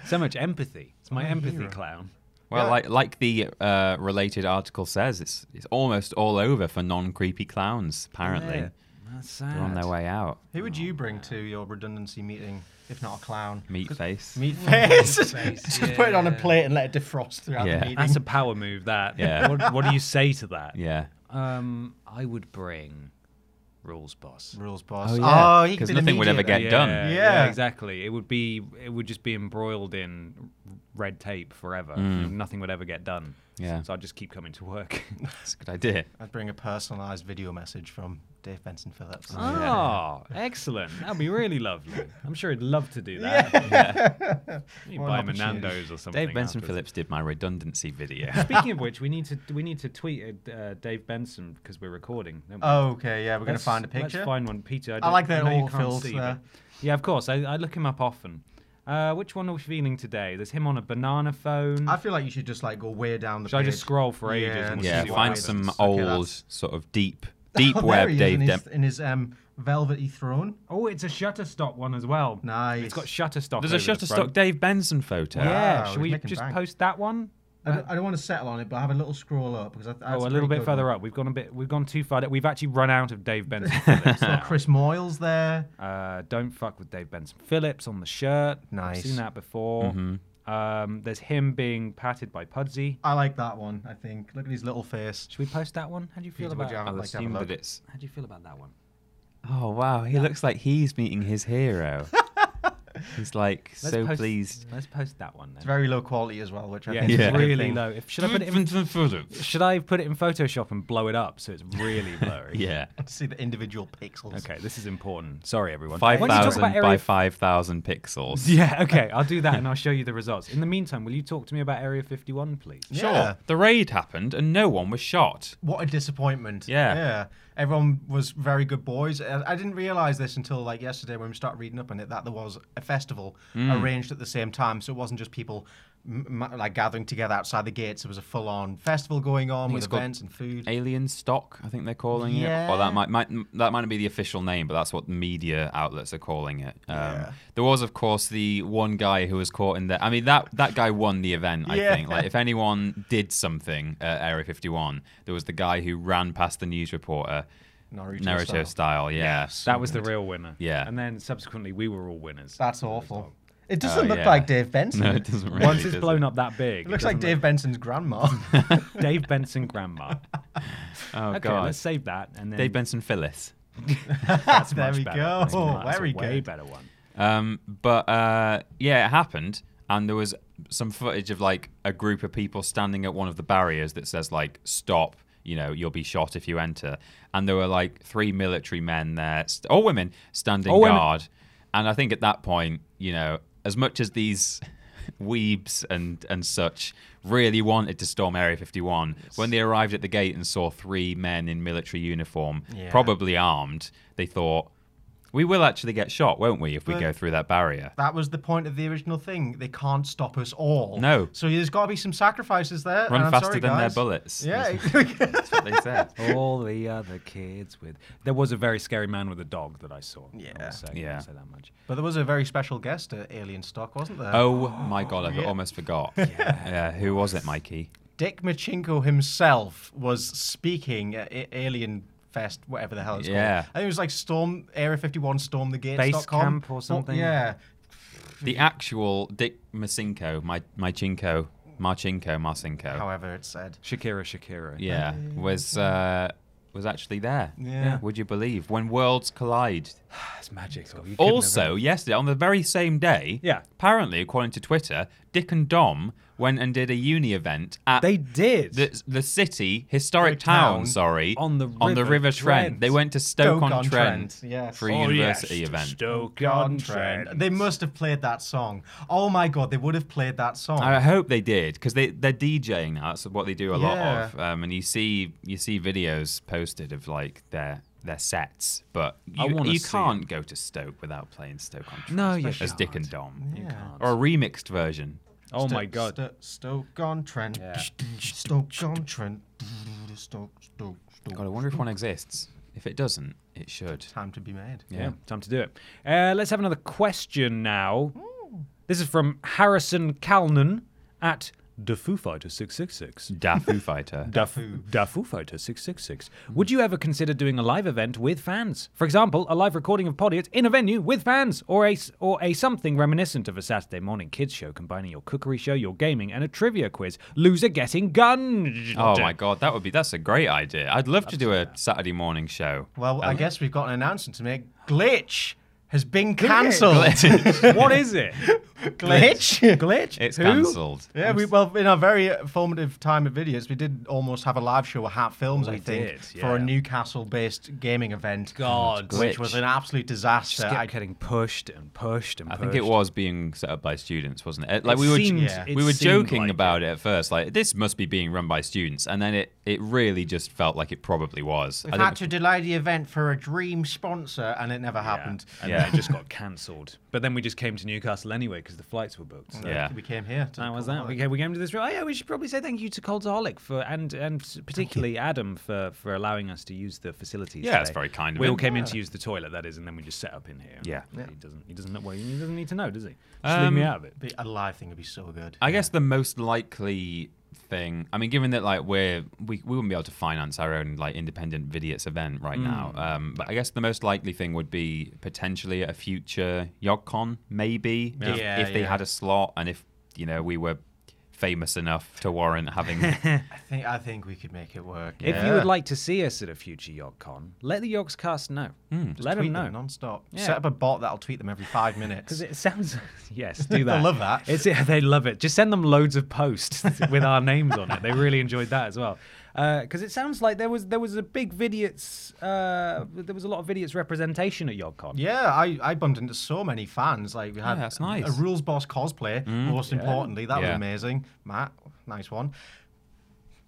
so much empathy. It's my empathy clown.
Well, like like the uh, related article says, it's it's almost all over for non creepy clowns. Apparently,
That's sad.
they're on their way out.
Who would you bring to your redundancy meeting if not a clown?
Meat face.
Meat face. just put it on a plate and let it defrost throughout
Yeah.
the meeting.
That's a power move, that.
Yeah.
What, what do you say to that?
Yeah.
Um, I would bring Rules Boss.
rules boss. Oh,
yeah.
he could
'Cause
be the
nothing would ever
mediator.
get done.
Yeah,
Yeah.
exactly. It would be. It would just be embroiled in red tape forever. Nothing would ever get done.
Mm. Yeah.
So I'd just keep coming to work.
That's a good idea.
I'd bring a personalised video message from Dave Benson Phillips.
oh, excellent. That'd be really lovely. I'm sure he'd love to do that. You
What
buy
an
him a
opportunity.
Nando's or something.
Dave Benson
afterwards.
Phillips did my redundancy video.
Speaking of which, we need to we need to tweet uh, Dave Benson because we're recording. don't we?
Oh, okay, yeah, we're going to
Let's-
find a picture.
Let's find one, Peter. I, don't-
like that
know you
all
can't
fills
see,
there.
but- Yeah, of course. I, I look him up often. Uh, which one are we feeling today? There's him on a banana phone.
I feel like you should just like go way down the
Should I just
page.
scroll for ages
Yeah,
and
and
we'll
Yeah,
see what
find
happens?
some
Okay,
old
that's-
sort of deep, deep
Oh, there
web
he is
Dave.
in his,
Dem-
in his um, velvety throne.
Oh, it's a Shutterstock one as well.
Nice.
It's got Shutterstock.
There's a
over the
Shutterstock
front.
Dave Benson photo.
Yeah,
Wow,
should
he's
we
making
just
bank.
post that one?
I don't, I don't want to settle on it, but I have a little scroll up because I,
Uh, oh, a little bit further up. We've gone a bit. We've gone too far. We've actually run out of Dave Benson. Phillips.
Got Chris Moyles there.
uh, don't fuck with Dave Benson Phillips on the shirt. I've
Nice.
seen that before.
Mm-hmm.
Um, there's him being patted by Pudsey.
I like that one. I think. Look at his little face.
Should we post that one? How do you feel
Peter, would
about?
you have
I'll
I'd like to have a
assume
look.
that it's.
How do you feel about that one?
Oh wow, he looks like he's meeting his hero. He's like so
post,
pleased.
Let's post that one then.
It's very low quality as well, which I
yeah,
think. is a
Yeah.
it's
good
really
thing.
low. If, should I put it in?
Benson Phillips.
Should I put it in Photoshop and blow it up so it's really blurry?
Yeah,
See the individual pixels.
Okay, this is important. Sorry, everyone.
five
Why don't you talk
thousand
about
by
Area-
five thousand pixels.
Yeah, okay, I'll do that and I'll show you the results. In the meantime, will you talk to me about Area 51, please?
Sure.
Yeah.
The raid happened and no one was shot.
What a disappointment.
Yeah.
Yeah. Everyone was very good boys. I I didn't realize this until like
Hmm.
yesterday when we started reading up on it that there was a festival arranged at the same time. So it wasn't just people m- m- like gathering together outside the gates. There was a full-on festival going on with
it's called
events and food.
Alien stock, I think they're calling it, or
Yeah.
that might, might that might not be the official name, but that's what the media outlets are calling it. Um, There was, of course, the one guy who was caught in there. I mean, that that guy won the event. I
Yeah.
think. Like, if anyone did something at Area 51, there was the guy who ran past the news reporter,
Naruto
style.
style.
yeah,
That was the real winner.
Yeah.
And then subsequently, we were all winners.
That's awful. It doesn't look
Oh, yeah.
like Dave Benson.
No, it doesn't really.
Once it's
does
blown
it?
up that big,
It looks like Dave Benson's grandma.
Dave Benson grandma.
Oh
okay,
god,
let's save that. And then
Dave Benson Phyllis.
That's
There
much
we
better.
go.
That's much- that's
Very
a way
good.
better one.
Um, but uh, yeah, it happened, and there was some footage of like a group of people standing at one of the barriers that says like "Stop." You know, you'll be shot if you enter. And there were like three military men there, st- all women, standing
All women.
guard. And I think at that point, you know, as much as these weebs and and such really wanted to storm Area 51, when they arrived at the gate and saw three men in military uniform,
Yeah.
probably armed, they thought, we will actually get shot, won't we, if we
But-
go through that barrier?
that was the point of the original thing. They can't stop us all.
No.
So there's got to be some sacrifices there.
Run
and I'm
faster
sorry,
than
guys.
their bullets.
Yeah.
That's what they said.
All the other kids with. There was a very scary man with a dog that I saw. I will
Yeah.
say- I will
Yeah.
say that much.
but there was a very special guest at Alien Stock, wasn't there?
Oh my god, I almost forgot. Yeah. who was it, Mikey?
Dick Machinko himself was speaking at A- Alien Fest, whatever the hell it's
Yeah.
called. I think it was like Storm Area 51, Storm the Gates.
Base
dot com.
camp or something.
yeah.
The actual Dick Masinko, my my Chinko, Marchinko, Marcinko.
However, it's said.
Shakira, Shakira.
Yeah, was uh, was actually there.
Yeah.
Would you believe when worlds collide?
That's magical. You couldn't have-
Also, yesterday on the very same day.
Yeah.
Apparently, according to Twitter, Dick and Dom went and did a uni event at
They did.
the, the city, historic
Historic
town,
town,
sorry,
on the
on the
River
River Trent.
Trent.
They went to Stoke, on Trent,
Stoke-on-Trent, yes.
for a
Oh, yes,
university
to
event.
Stoke on
God,
Trent.
Trent. They must have played that song. Oh my God, they would have played that song.
I hope they did because they they're DJing now. That's what they do a lot
Yeah.
of, um, and you see you see videos posted of like their their sets, but
I
you,
wanna
you
see
can't go to Stoke without playing Stoke on Trent
No, you
as Dick
can't.
and Dom,
Yeah.
or a remixed version.
Oh
Sto-
my God.
Sto- Stoke on Trent. Stoke on Trent. Stoke, Stoke, Stoke.
God, I wonder if one exists. If it doesn't, it should.
Time to be made.
Yeah.
Yeah, time to do it. Uh, let's have another question now. This is from Harrison Calnan at Dafu Fighter 666.
Da Foo Fighter.
Dafu Dafu Fighter 666. Would you ever consider doing a live event with fans? For example, a live recording of Podiat in a venue with fans, or a, s- or a something reminiscent of a Saturday morning kids show combining your cookery show, your gaming, and a trivia quiz. Loser getting gunned.
Oh my god, that would be that's a great idea. I'd love to do a Saturday morning show.
Well, I guess we've got an announcement to make. Glitch has been cancelled.
What is it?
Glitch? Glitch?
It's
Who?
cancelled.
Yeah, we, well, in our very formative time of videos, we did almost have a live show at Hat Films, I think,
did,
for a
yeah.
Newcastle-based gaming event.
God. Oh,
which was an absolute disaster.
Just kept
I-
getting pushed and pushed and
I
pushed.
think it was being set up by students, wasn't it? Uh, Like
It
we were,
seemed-
Yeah.
it
we were
seemed
joking
like
about it. at first, like this must be being run by students, and then it, it really just felt like it probably was.
We've
I
had
don't-
to delay the event for a dream sponsor, and it never happened.
And
Yeah.
then it just got cancelled. But then we just came to Newcastle anyway because the flights were booked. So.
Yeah.
We came here. To
That was that. We came, we came to this room. Oh, yeah, we should probably say thank you to Coldaholic for and and s- particularly Adam for for allowing us to use the facilities.
Yeah, that's
today.
very kind of
We all
him.
came in to use the toilet, that is, and then we just set up in here.
Yeah. Um,
He doesn't. He doesn't know. Well, he doesn't need to know, does he? Just leave me out of it.
Be- a live thing would be so good.
I guess the most likely thing, I mean, given that like we're we, we wouldn't be able to finance our own like independent Vidiot's event right now,
Mm.
um, but I guess the most likely thing would be potentially a future YogCon, maybe if,
Yeah,
if they
yeah.
had a slot and if you know we were famous enough to warrant having.
I think I think we could make it work.
If you would like to see us at a future YogCon, let the Yogscast know.
Hmm.
let them
tweet
know.
them non-stop.
Yeah.
Set up a bot that'll tweet them every five minutes.
Because it sounds yes, do that.
love that.
It's yeah, they love it. Just send them loads of posts with our names on it. They really enjoyed that as well. Because it sounds like there was there was a big Vidiot's uh, there was a lot of Vidiot's representation at YogCon.
yeah, I, I bumped into so many fans. Like we had
Yeah, that's nice. Mm,
a rules boss cosplay. most importantly, that
Yeah.
was amazing. Matt, nice one.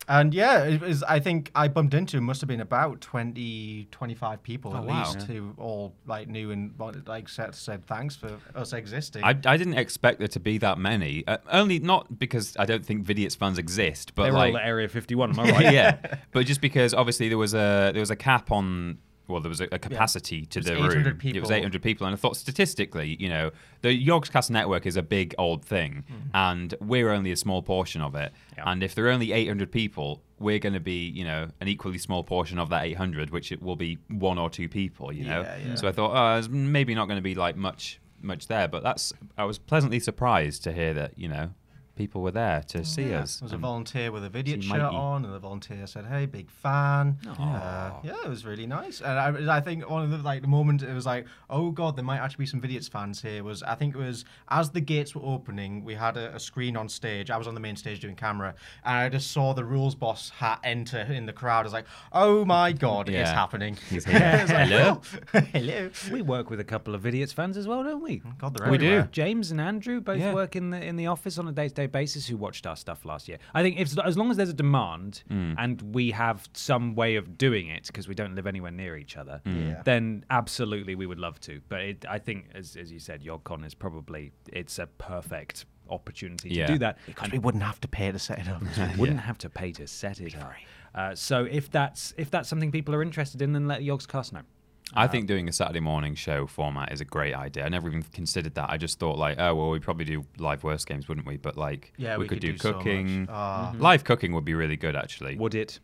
And yeah, it was, I think I bumped into must have been about 20, 25 people at
Oh, wow.
least who all like knew and wanted- like said, said thanks for us existing.
I, I didn't expect there to be that many. Uh, only not because I don't think Vidiot's fans exist, but
They were
like
all at Area 51, am I right?
yeah, but just because obviously there was a there was a cap on. Well, there was a, a capacity to the
800
room. It was
people.
800 people, and I thought statistically, you know, the Yorkscast network is a big old thing,
Mm-hmm.
and we're only a small portion of it. And if there are only 800 people, we're going to be, you know, an equally small portion of that 800, which it will be one or two people, you know.
Yeah, yeah.
So I thought, oh, there's maybe not going to be like much much there, but that's I was pleasantly surprised to hear that, you know, people were there to see us.
There Oh, was
and-
a volunteer with a video
see
shirt
Mikey.
on, and the volunteer said, "Hey, big fan." Uh, yeah, it was really nice. And I, I think one of the like the moment it was like, "Oh God, there might actually be some Vidiots fans here." Was I think it was as the gates were opening, we had a, a screen on stage. I was on the main stage doing camera, and I just saw the rules boss hat enter in the crowd. I was like, "Oh my God, it's
Yeah.
happening!"
He's here.
I was like,
Hello?
"Oh, hello.
We work with a couple of idiots fans as well, don't we?
God, they're
Well,
everywhere.
James and Andrew both
Yeah.
work in the in the office on a day to day basis. Who watched our stuff last year? I think if as long as there's a demand and we have some way of doing it because we don't live anywhere near each other, then absolutely we would love to. But it, I think as as you said, YogCon is probably it's a perfect opportunity
Yeah.
to do that.
Because we wouldn't have to pay to set it up.
wouldn't have to pay to set it up. Uh, so if that's if that's something people are interested in, then let Yogscast know.
I think doing a Saturday morning show format is a great idea. I never even considered that. I just thought like, oh well, we'd probably do live worst games, wouldn't we? But like,
Yeah, we
could,
could
do
do so much.
cooking. Mm-hmm.
Ah.
Live cooking would be really good, actually.
Would it?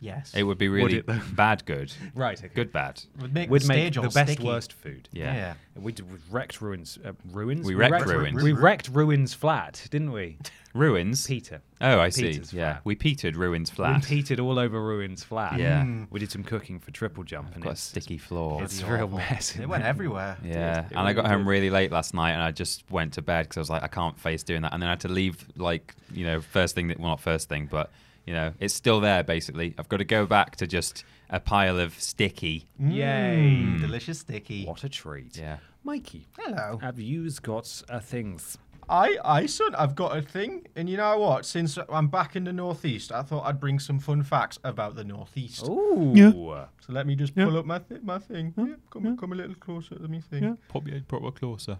yes,
it would be really
it, though?
bad, good,
Right. Okay.
good, bad.
would make
We'd
the
make
stage
the
all
best
sticky.
worst food.
Yeah.
Yeah.
We d- we wrecked ruins. Uh, ruins.
We wrecked Ruins.
We wrecked ruins flat, didn't we?
Ruins.
Peter.
Oh, I see.
Peter's
yeah,
flat.
we petered ruins
We
flat.
peated all over ruins flat.
Yeah.
Hmm.
Mm.
We did some cooking for triple jump, and
Got a
it's,
sticky floor.
it's a real mess.
It went everywhere.
Yeah, and I got home really late last night, and I just went to bed because I was like, I can't face doing that. And then I had to leave, like, you know, first thing that well, not first thing, but you know, it's still there. Basically, I've got to go back to just a pile of sticky.
Yay!
Mm, Delicious sticky. Uh,
What a treat.
Yeah.
Mikey,
Hello.
have yous got uh, things?
I, I, son, I've got a thing, and you know what? Since I'm back in the northeast, I thought I'd bring some fun facts about the northeast.
Ooh.
So let me just pull up my thi- my thing. Oh. Yeah, come, come a little closer to me thing.
Pop your proper closer.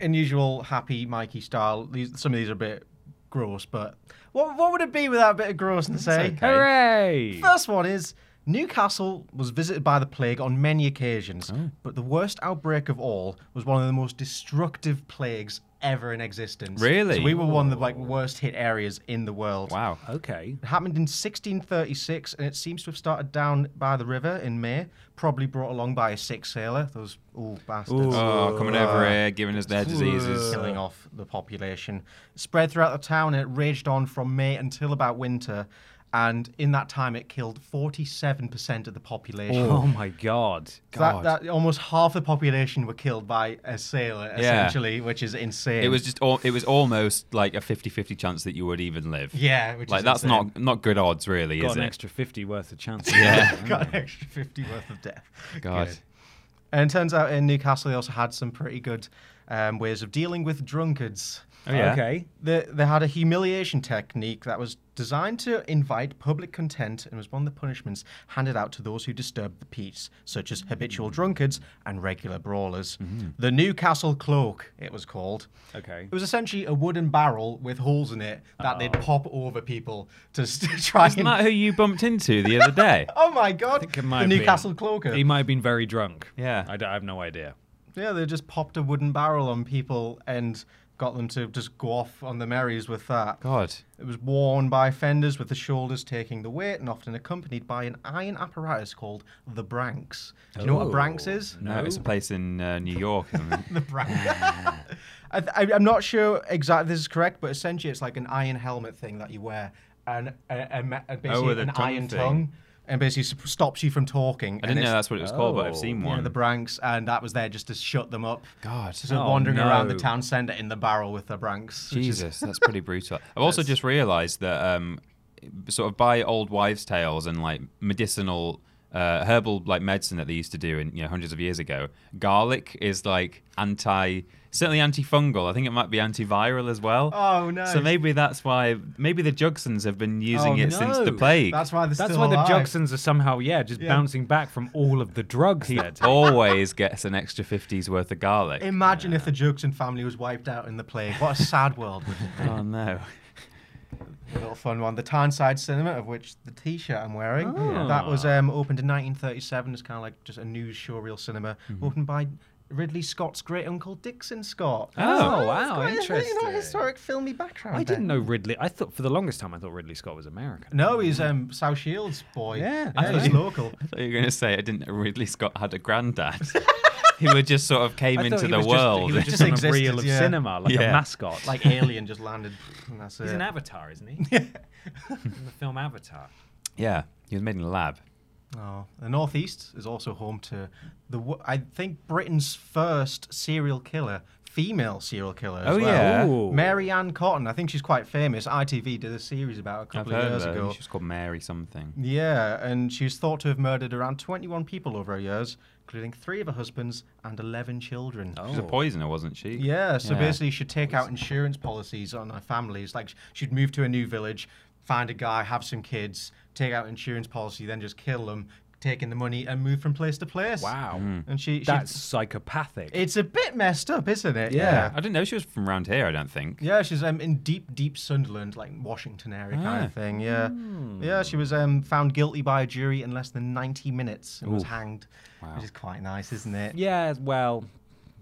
In usual happy Mikey style, these some of these are a bit gross, but what what would it be without a bit of grossness, eh?
okay.
Hooray!
First one is Newcastle was visited by the plague on many occasions,
Oh.
but the worst outbreak of all was one of the most destructive plagues ever in existence.
Really?
So we were one of the like worst hit areas in the world.
Wow.
Okay.
It happened in 1636, and it seems to have started down by the river in May, probably brought along by a sick sailor. Those old bastards Uh,
Oh, coming over here, giving us their diseases.
killing off the population. Spread throughout the town, and it raged on from May until about winter. And in that time, it killed 47% of the population.
Oh my God.
So that, that almost half the population were killed by a sailor,
Yeah.
essentially, which is insane.
It was just, all, it was almost like a 50-50 chance that you would even live.
yeah, which
Like
is
that's
insane.
not not good odds, really,
Got
is
an
it?
extra fifty worth of chances. Yeah.
got an extra 50 worth of death.
God.
Good. And it turns out in Newcastle they also had some pretty good um, ways of dealing with drunkards.
Oh, yeah.
Okay.
They, they had a humiliation technique that was designed to invite public content and was one of the punishments handed out to those who disturbed the peace, such as habitual
Mm.
drunkards and regular brawlers. The Newcastle Cloak, it was called.
Mm-hmm. Okay. Oh.
It was essentially a wooden barrel with holes in it that they'd pop over people to st- try
Isn't
and.
that who you bumped into the other day?
Oh my god!
It
The
might have
Newcastle
been-
Cloaker.
He might have been very drunk.
Yeah.
I, don't- I have no idea.
Yeah, they just popped a wooden barrel on people and got them to just go off on the merries with that.
God.
It was worn by fenders with the shoulders taking the weight and often accompanied by an iron apparatus called the branks. Do you know what a branks is?
Oh, No, it's a place in uh, New York. isn't it?
The branks. I th- I, I'm not sure exactly this is correct, but essentially it's like an iron helmet thing that you wear and a, a, me- a- basically
Oh, with a
an
tongue
iron
thing.
tongue and basically sup- stops you from talking.
I
and
didn't know
it's-
that's what it was called, but I've
Oh.
seen
yeah,
one.
the branks, and that was there just to shut them up.
God.
So
Oh,
wandering around the
no.
town centre in the barrel with the branks. which is-
Jesus, that's pretty brutal. I've also just realised that, um, sort of by old wives' tales and like medicinal uh, herbal like medicine that they used to do in you know hundreds of years ago. Garlic is like anti, certainly antifungal. I think it might be antiviral as well.
Oh, nice.
So maybe that's why maybe the Jugsons have been using
Oh,
it since
no.
the plague.
That's why they're
That's
still
why the
alive.
Jugsons are somehow, yeah, just bouncing back from all of the drugs
he
they're taking.
always gets an extra 50s worth of garlic.
Imagine if the Jugson family was wiped out in the plague. What a sad world. would it
oh no.
be? a little fun one. The Tyneside Cinema, of which the T-shirt I'm wearing, that was
Ah.
um, opened in 1937. It's kind of like just a news showreel cinema
Mm-hmm.
opened by Ridley Scott's great uncle Dixon Scott.
Oh,
It's
wow,
quite a-
interesting.
You know, historic filmy background.
I didn't
there.
know Ridley. I thought for the longest time I thought Ridley Scott was American.
No, he's um, South Shields boy.
Yeah,
I
yeah,
he's
yeah.
local.
I thought you were going to say I didn't know Ridley Scott had a granddad. he would just sort of came
I thought
into
he
the
was just-
world.
he was just
Just
on a
existed,
reel of
yeah.
cinema, like a
Yeah.
mascot. Like
Like Alien just landed. And that's
he's
it.
an avatar, isn't he? Yeah. the film Avatar.
yeah, he was made in a lab.
Oh, the Northeast is also home to the wo- I think Britain's first serial killer, female serial killer. As well.
Oh, yeah.
Ooh.
Mary Ann Cotton. I think she's quite famous. ITV did a series about her a
I've
couple of
heard
years
of her. I think
ago.
She was called Mary something.
Yeah, and she's thought to have murdered around 21 people over her years, including three of her husbands and 11 children.
She was a poisoner, wasn't she?
Oh. Yeah, so
Yeah.
basically she'd take out insurance policies on her families. Like she'd move to a new village, find a guy, have some kids, take out insurance policy, then just kill them, taking the money and move from place to place.
Wow.
Hmm.
And she, she
That's psychopathic.
it's a bit messed up, isn't it?
I didn't know she was from around here, I don't think.
Yeah, she's um, in deep, deep Sunderland, like Washington area kind
Ah.
of thing. Yeah,
Hmm.
yeah. She was um, found guilty by a jury in less than 90 minutes and was hanged, which is quite nice, isn't it?
yeah, well,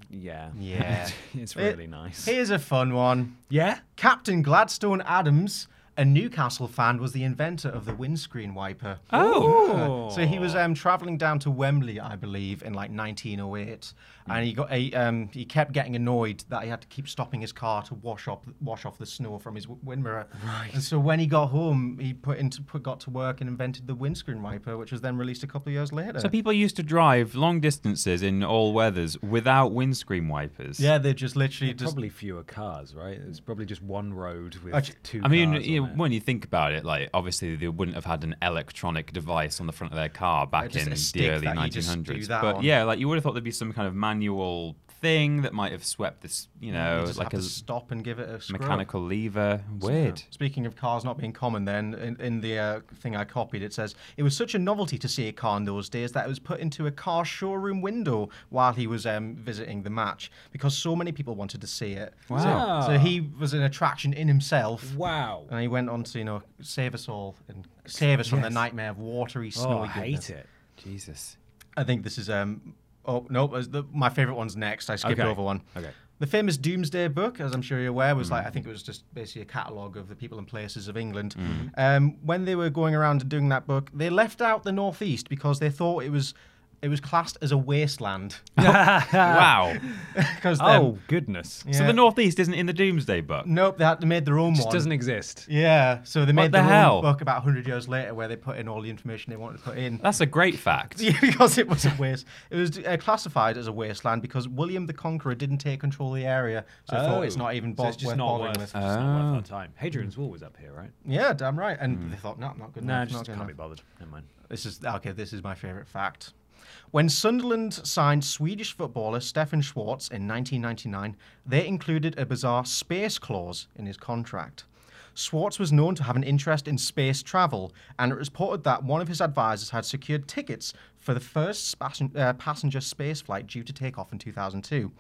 yeah.
Yeah.
it's
It-
really nice.
Here's a fun one.
yeah?
Captain Gladstone Adams, a Newcastle fan, was the inventor of the windscreen wiper.
Oh.
So he was um, traveling down to Wembley, I believe, in like 1908, and he got a, um, he kept getting annoyed that he had to keep stopping his car to wash up wash off the snow from his w- wind mirror. Right. And so when he got home, he put into put, got to work and invented the windscreen wiper, which was then released a couple of years later.
So people used to drive long distances in all weathers without windscreen wipers.
yeah, they just literally just
Probably fewer cars, right? It's
Hmm.
probably just one road with
Actu-
two
I mean,
cars on
you-
it.
when you think about it, like obviously they wouldn't have had an electronic device on the front of their car back
just a
in
stick
the early
that you just
1900s.
do that
But
on.
yeah, like you would have thought there'd be some kind of manual thing that might have swept this, you know,
you just
like
have
a
to stop and give it a scrub.
mechanical lever. Weird.
Speaking of cars not being common, then in, in the uh, thing I copied, it says it was such a novelty to see a car in those days that it was put into a car showroom window while he was um, visiting the match because so many people wanted to see it.
Wow.
So, so he was an attraction in himself.
Wow.
And he went on to you know save us all and save us from the nightmare of watery, snowy.
Oh, I
goodness.
hate it.
Jesus.
I think this is um. Oh no, it was the, my favorite one's next. I skipped
Okay.
over one.
Okay.
The famous Doomsday Book, as I'm sure you're aware, was like I think it was just basically a catalogue of the people and places of England. Um, when they were going around and doing that book, they left out the northeast because they thought it was it was classed as a wasteland.
wow.
Because
Oh, goodness.
So the Northeast isn't in the Doomsday Book.
nope, they had they made their own
Just
one.
doesn't e- exist.
yeah, so they made
the
their
hell?
own book about 100 years later where they put in all the information they wanted to put in.
That's a great fact.
Yeah, because it was a waste. It was uh, classified as a wasteland because William the Conqueror didn't take control of the area, Oh. so I thought it's not even bo-
Oh. so it's just
worth
not
bothering
worth,
with.
just not worth our time. Hadrian's Wall was up here, right?
Yeah, damn right. And they thought, no, not good
Hmm. Nah,
enough.
just
not good
can't
enough.
be bothered. Never mind.
This is okay. This is my favorite fact. When Sunderland signed Swedish footballer Stefan Schwartz in 1999, they included a bizarre space clause in his contract. Schwartz was known to have an interest in space travel, and it was reported that one of his advisors had secured tickets for the first spassen- uh, passenger space flight due to take off in 2002.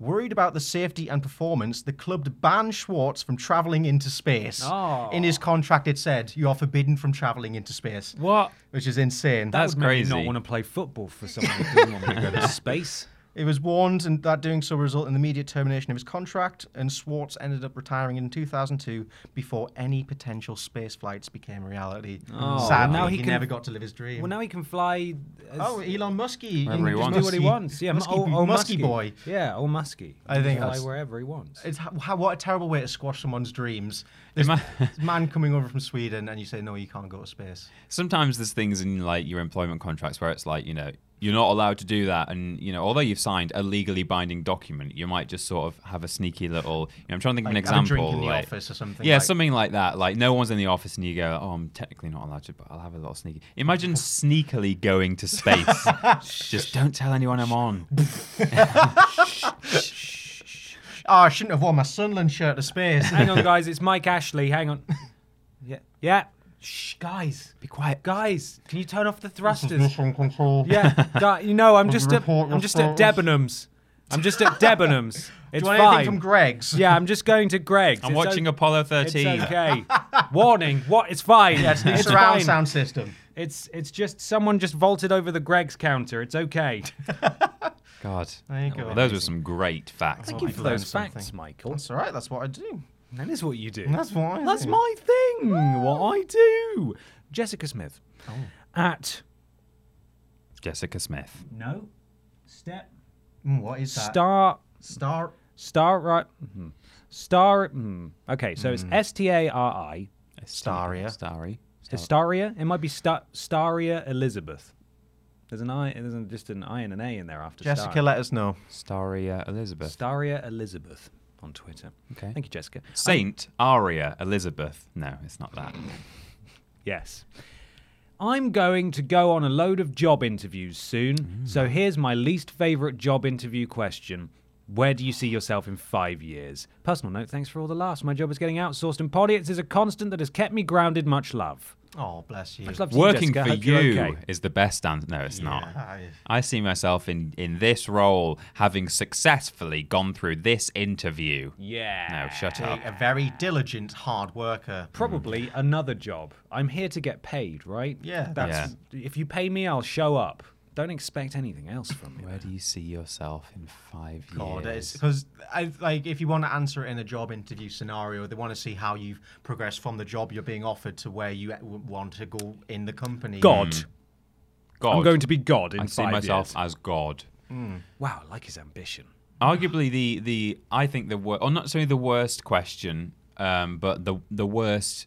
Worried about the safety and performance, the club banned Schwartz from travelling into space.
Oh.
In his contract, it said, You are forbidden from travelling into space
What?
which is insane.
That
That's
would make me not
crazy.
want to play football for someone who doesn't want me to go to space.
it was warned and that doing so resulted in the immediate termination of his contract, and Swartz ended up retiring in 2002 before any potential space flights became reality.
Oh,
Sadly,
now
he,
he can-
never got to live his dream.
Well, now he can fly. As,
oh, Elon Muskie.
Wherever he
just
wants.
do what he
Muskie-
wants. Yeah,
Muskie,
old,
oh, Muskie boy.
Yeah, old Muskie.
I
He
think
can fly
that's-
wherever he wants.
It's ho- how, what a terrible way to squash someone's dreams. This
Ima-
man coming over from Sweden, and you say, "No, you can't go to space."
Sometimes there's things in like your employment contracts where it's like, you know, you're not allowed to do that. And, you know, although you've signed a legally binding document, you might just sort of have a sneaky little, you know, I'm trying to think of an
Like, have a
example.
drink in the
like-
office or something
Yeah,
like-
something like that. Like no one's in the office and you go, oh, I'm technically not allowed to, but I'll have a little sneaky. Imagine sneakily going to space. just don't tell anyone I'm on.
Oh, I shouldn't have worn my Sunland shirt to space.
Hang on, guys. It's Mike Ashley. Hang on. Yeah. Yeah. Shh, guys.
Be quiet.
Guys, can you turn off the thrusters?
Mission control.
yeah. Guy, you know, I'm just at
Report
I'm just at
yourselves.
Debenhams. I'm just at Debenhams. It's
Do you want
fine.
anything from Greg's?
Yeah, I'm just going to Greg's.
I'm
It's
watching
o-
Apollo
It's
13.
okay. Warning. What? It's fine.
Yeah, it's new
it's
surround
fine.
sound system.
It's it's just someone just vaulted over the Greg's counter. It's okay.
God.
There you
Well,
go.
those were some great facts.
Thank
Mike.
you for those
learned something.
facts, Michael.
That's all right. That's what I do.
That is what you do.
That's Mm, what I
That's
do.
my thing. What I do. Jessica Smith. At
Jessica Smith.
no step
Mm, What is that?
star
Star.
star right mhm. star. mhm. Okay, so it's S T A R I.
Staria.
Starry.
Histaria. It might be sta- Staria Elizabeth. There's an I. There's an- just an I and an A in there after.
Jessica,
star.
let us know.
Staria Elizabeth.
Staria Elizabeth on Twitter.
Okay.
Thank you, Jessica.
Saint Aria Elizabeth. No, it's not that.
Yes. I'm going to go on a load of job interviews soon. So here's my least favorite job interview question. Where do you see yourself in five years? Personal note, thanks for all the laughs. My job is getting outsourced, and Podiots is a constant that has kept me grounded. Much love.
Oh, bless you.
Much love to you,
Working
Jessica.
for
Hope you're
you
okay.
is the best answer. No, it's not.
Aye.
I see myself in, in this role having successfully gone through this interview.
Yeah.
No, shut up.
A very diligent, hard worker.
Probably another job. I'm here to get paid, right?
Yeah.
That's if you pay me, I'll show up. Don't expect anything else from me.
Where do you see yourself in five
God,
years?
because like if you want to answer it in a job interview scenario, they want to see how you've progressed from the job you're being offered to where you uh, w- want to go in the company.
God.
Hmm. God.
I'm going to be God in
I
five
see myself
years.
as God.
Wow, I like his ambition.
Arguably the the I think the worst, or not so the worst question, um, but the the worst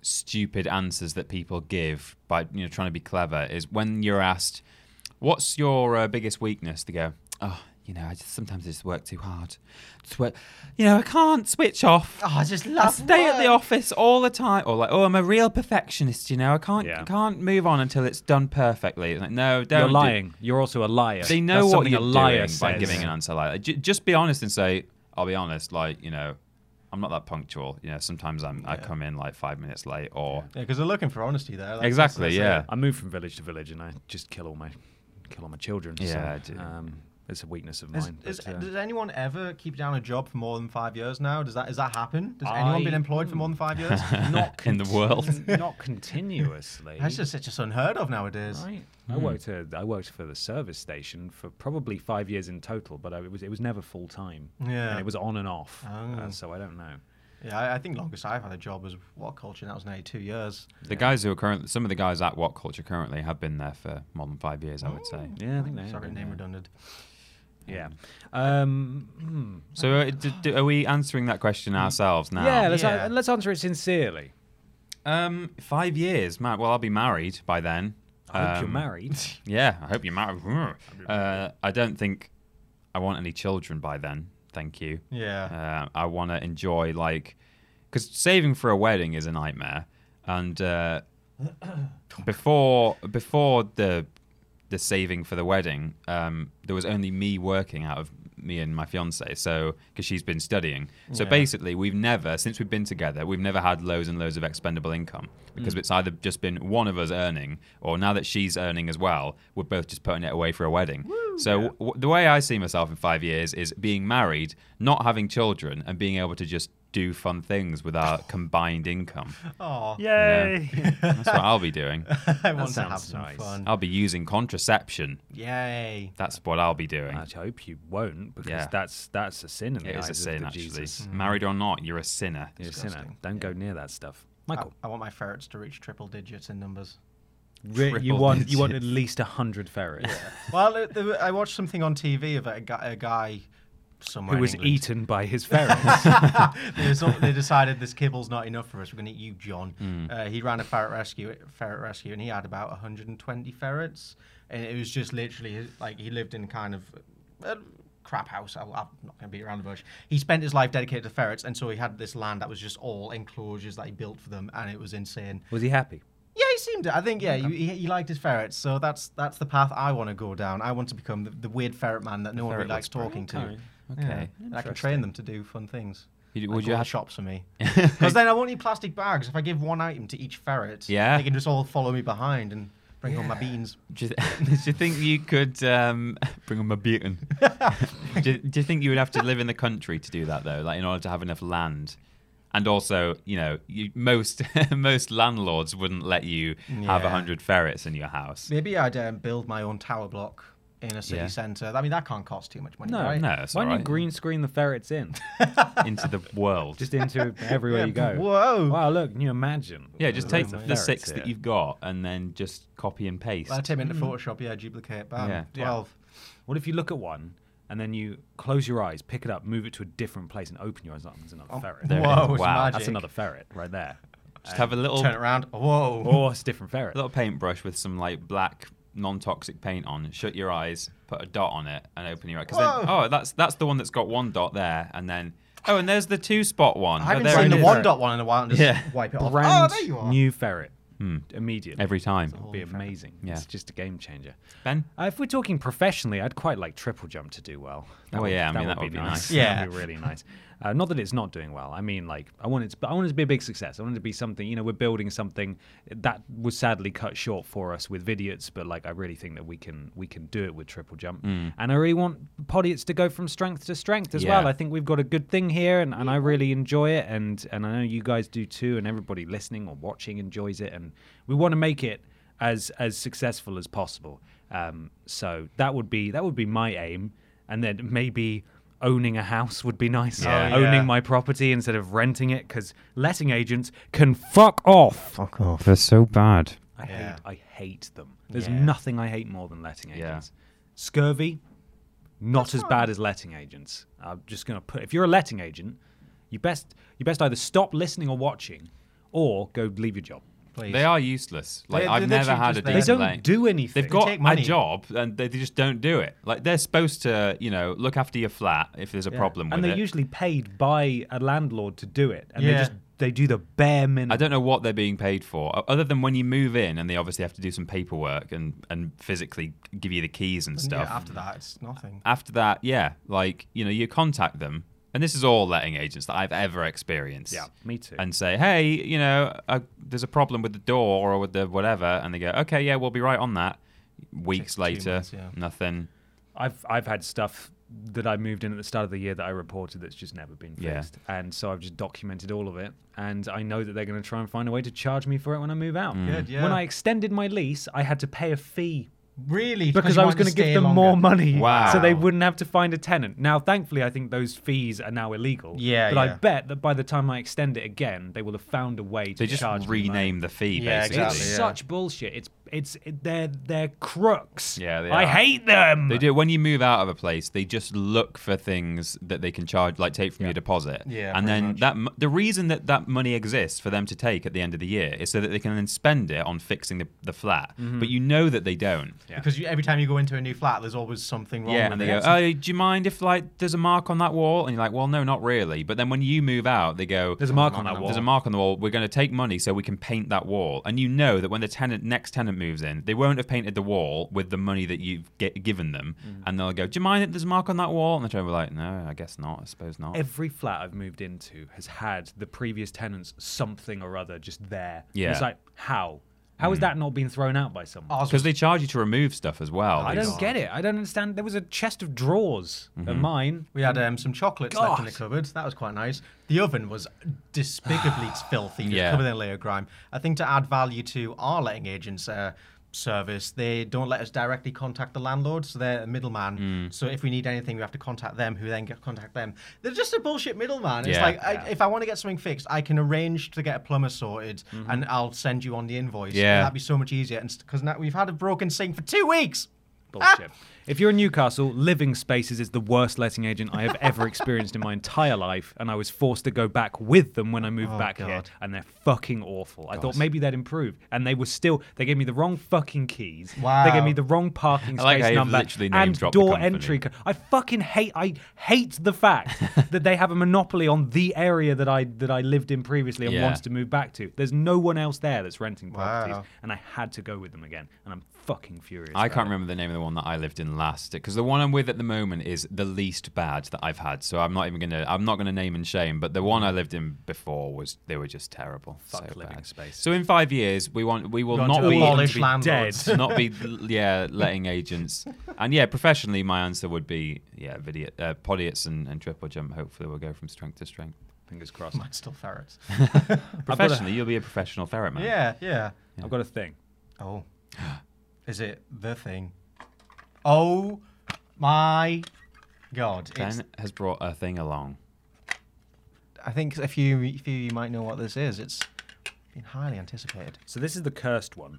stupid answers that people give by you know trying to be clever is when you're asked, "What's your uh, biggest weakness?" They go, "Oh, you know, I just sometimes I just work too hard. Just work, you know, I can't switch off.
Oh, I just
I
love
stay at the
work.
office all the time, or like, oh, I'm a real perfectionist. You know, I can't
Yeah.
I can't move on until it's done perfectly. It's like, no, don't.
You're
do-
lying. You're also a liar.
they know
That's
what
something
you're
a liar
doing
says.
by giving an answer like that. Ju- Just be honest and say, "I'll be honest." Like you know, I'm not that punctual. You know, sometimes I'm I come in like five minutes late or
Yeah, because they're looking for honesty there. That's-
exactly,
that's-
yeah.
that's
I moved from village to village, and I just kill all my kill all my children. so,
Yeah, I do.
um, it's a weakness of
it.
mine.
Is, is,
but, uh,
does anyone ever keep down a job for more than five years now? Does that is that happen? Does
I-
anyone been employed for more than five years?
not
in the world.
not continuously.
That's just it's just unheard of nowadays.
Right. I worked at, I worked for the service station for probably five years in total, but I, it was it was never full time.
Yeah.
And it was on and off. uh, so I don't know.
Yeah, I, I think longest I've had a job was what culture? and That was nearly two years.
The guys who are currently, some of the guys at What Culture currently have been there for more than five years, I would say.
Yeah, I think they
Sorry,
have,
name redundant.
Yeah. Um,
So, uh, d d are we answering that question ourselves
hmm.
now?
yeah. Let's
Yeah.
let's answer it sincerely.
Um, five years, man. Well, I'll be married by then.
I hope you're
Um,
married.
Yeah, I hope you're married. Uh, I don't think I want any children by then. Thank you.
Yeah.
Uh, I want to enjoy like, because saving for a wedding is a nightmare, and uh, before before the the saving for the wedding, um, there was only me working out of me and my fiance. So because she's been studying, so basically we've never since we've been together, we've never had loads and loads of expendable income because it's either just been one of us earning, or now that she's earning as well, we're both just putting it away for a wedding. so w- the way I see myself in five years is being married, not having children, and being able to just do fun things with our combined income.
Uh,
Oh,
Yay! That's what I'll be doing.
I want to have
sounds
some
nice. Oh.
fun.
I'll be using contraception.
Yay.
That's what I'll be doing.
I hope you won't, because
Yeah.
that's that's a sin in the
It
eyes
is a sin,
of the
actually.
Jesus.
Married or not, you're a sinner.
You're a sinner.
Disgusting.
Don't go near that stuff,
I,
Michael.
I want my ferrets to reach triple digits in numbers.
re- you
triple
want you want at least hundred ferrets.
well, it- there- I watched something on TV about a guy, a guy somewhere.
who was
in England.
eaten by his ferrets.
they, was- they decided this kibble's not enough for us. We're going to eat you, John. Uh, he ran a ferret rescue, ferret rescue, and he had about 120 ferrets. And it was just literally his- like he lived in kind of a crap house. I, I'm not going to beat around the bush. He spent his life dedicated to ferrets, and so he had this land that was just all enclosures that he built for them, and it was insane.
was he happy?
Yeah, he seemed. I think yeah, he, he liked his ferrets, so that's that's the path I want to go down. I want to become the, the weird ferret man that no one really likes talking to.
Okay,
Yeah,
okay.
and I can train them to do fun things.
You-
Like
would you
go to
have-
shops for me? Because then I won't need plastic bags. If I give one item to each ferret,
Yeah.
they can just all follow me behind and bring home my beans.
Do you, th- do you think you could um, bring on my beaten? do, you- do you think you would have to live in the country to do that though? Like in order to have enough land, and also you know you, most most landlords wouldn't let you have
Yeah.
a hundred ferrets in your house.
Maybe I'd um, build my own tower block in a city
Yeah.
centre. I mean, that can't cost too much money,
No,
right?
No, it's
Why
all
don't you
right.
green screen the ferrets in?
into the world.
Just into everywhere
Yeah,
you go.
whoa.
Wow, look, can you imagine?
yeah, just take the,
ferrets
six that
here.
you've got and then just copy and paste.
I'd take them into Photoshop, yeah, duplicate, bam,
Mm. Yeah. Yeah.
12.
What if you look at one and then you close your eyes, pick it up, move it to a different place, and open your eyes? and There's another ferret.
Oh, There it
Whoa,
is.
it's
Wow,
magic.
That's another ferret right there.
Just have a little
Turn it around. Whoa.
Oh, it's a different ferret.
little paintbrush with some like black non-toxic paint on. Shut your eyes, put a dot on it, and open your eyes. 'Cause then-
Whoa.
oh, that's that's the one that's got one dot there, and then oh, and there's the two-spot one. Oh,
I haven't
there
seen
it
the
is.
one dot one in a while and just
Yeah.
wipe it off.
Brand
oh, there you are.
new ferret. Immediately.
Hmm. every time.
It'd be amazing.
Yeah.
It's just a game changer.
Ben,
Uh, if we're talking professionally, I'd quite like triple jump to do well. That
Oh, yeah, I mean, that would be nice.
Yeah.
that'd be really nice. Uh, not that it's not doing well. I mean, like I want it, to, I want it to be a big success. I want it to be something. You know, we're building something that was sadly cut short for us with Vidiots, but like I really think that we can we can do it with triple jump. And I really want Podiots to go from strength to strength as
Mm. Yeah.
well. I think we've got a good thing here, and, and I really enjoy it, and and I know you guys do too, and everybody listening or watching enjoys it, and we want to make it as as successful as possible. Um, so that would be that would be my aim, and then maybe owning a house would be nice.
Yeah.
Oh, yeah.
Owning my property instead of renting it, because letting agents can fuck off.
Fuck off.
they're so bad.
I
Yeah.
hate I hate them. There's
Yeah.
nothing I hate more than letting
Yeah.
agents. Scurvy, not as bad as letting agents. I'm just gonna put if you're a letting agent, you best you best either stop listening or watching, or go leave your job.
Please.
They are useless. Like
They-
I've
they're
never
literally
had
just
a
there.
decent
They don't
lay-
do anything.
They've got
take
a
money.
job and they, they just don't do it. Like they're supposed to, you know, look after your flat if there's a problem with
and they're
it.
usually paid by a landlord to do it, and they
Yeah.
just they do the bare
I
minimum.
don't know what they're being paid for, o- other than when you move in and they obviously have to do some paperwork and, and physically give you the keys and
Yeah,
stuff.
after that, it's nothing.
After that, yeah, like you know, you contact them, and this is all letting agents that I've ever experienced.
Yeah, me too.
And say, hey, you know, uh, there's a problem with the door or with the whatever, and they go, okay, yeah, we'll be right on that. Weeks
two
later,
months, yeah.
nothing.
I've I've had stuff that I moved in at the start of the year that I reported that's just never been
Yeah.
fixed, and so I've just documented all of it, and I know that they're going to try and find a way to charge me for it when I move
Mm.
out.
Good, yeah.
When I extended my lease, I had to pay a fee
Really?
because
you
I was
wanted to
going to give
stay
them more
longer.
money,
Wow.
so they wouldn't have to find a tenant. Now, thankfully, I think those fees are now illegal.
Yeah,
but I
yeah.
bet that by the time I extend it again, they will have found a way to
They just
charge me money.
rename the fee,
Yeah,
basically.
It's
exactly, yeah.
such bullshit. It's it's they're they're crooks.
Yeah, they
I
are.
hate them.
They do. When you move out of a place, they just look for things that they can charge, like take from your deposit.
Yeah, pretty
And then
much.
that mo- the reason that that money exists for them to take at the end of the year is so that they can then spend it on fixing the, the flat.
Mm-hmm.
But you know that they don't. Yeah.
Because you, every time you go into a new flat, there's always something wrong. with
and they go,
it.
"Oh, do you mind if like there's a mark on that wall?" And you're like, "Well, no, not really." But then when you move out, they go,
There's a mark on that wall.
There's a mark on the wall. We're going to take money so we can paint that wall." And you know that when the tenant next tenant moves in, they won't have painted the wall with the money that you've get, given them,
Mm.
and they'll go, "Do you mind that there's a mark on that wall?" And the tenant will be like, "No, I guess not. I suppose not."
every flat I've moved into has had the previous tenants something or other just there. And
Yeah.
It's like how how has that not been thrown out by someone?
Ours
Because they charge you to remove stuff as well.
Oh, I
They-
don't get it. I don't understand. There was a chest of drawers of mine.
We had um, some chocolates left in the
God.
cupboard. That was quite nice. The oven was despicably filthy, just
Yeah.
covered in a layer of grime. I think to add value to our letting agents' uh, service, they don't let us directly contact the landlord, so they're a middleman.
Mm.
So if we need anything, we have to contact them, who then get contact them. They're just a bullshit middleman. It's
Yeah.
like I, if I want to get something fixed, I can arrange to get a plumber sorted, and I'll send you on the invoice.
Mm-hmm. Yeah.
that'd be so much easier. And because now we've had a broken sink for two weeks.
Bullshit. If you're in Newcastle, Living Spaces is the worst letting agent I have ever experienced in my entire life, and I was forced to go back with them when I moved back here,
Oh, God.
and they're fucking awful. I thought maybe they'd improve, and they were still. They gave me the wrong fucking keys. They gave
Wow.
me the wrong parking
I
space
like how you've
number
literally
and
name-dropped the
door
company.
entry. co- I fucking hate. I hate the fact that they have a monopoly on the area that I that I lived in previously and
Yeah.
wants to move back to. There's no one else there that's renting properties,
Wow.
and I had to go with them again, and I'm fucking furious.
I
about
can't
it.
remember the name of the one that I lived in last because the one I'm with at the moment is the least bad that I've had. So I'm not even gonna I'm not gonna name and shame, but the one I lived in before was they were just terrible.
Fuck
so
living
bad.
spaces.
So in five years we want we will
Got
not
to
be
abolish
be
landlords.
dead.
not be yeah letting agents and yeah professionally my answer would be yeah video uh, podiots and, and triple jump hopefully we'll go from strength to strength
Fingers crossed.
Mine's still ferrets.
professionally you'll be a professional ferret man
yeah, yeah.
I've got a thing.
Oh. Is it the thing? Oh my god. It's,
Ben has brought a thing along
I think a few a few you might know what this is. It's been highly anticipated.
So this is the cursed one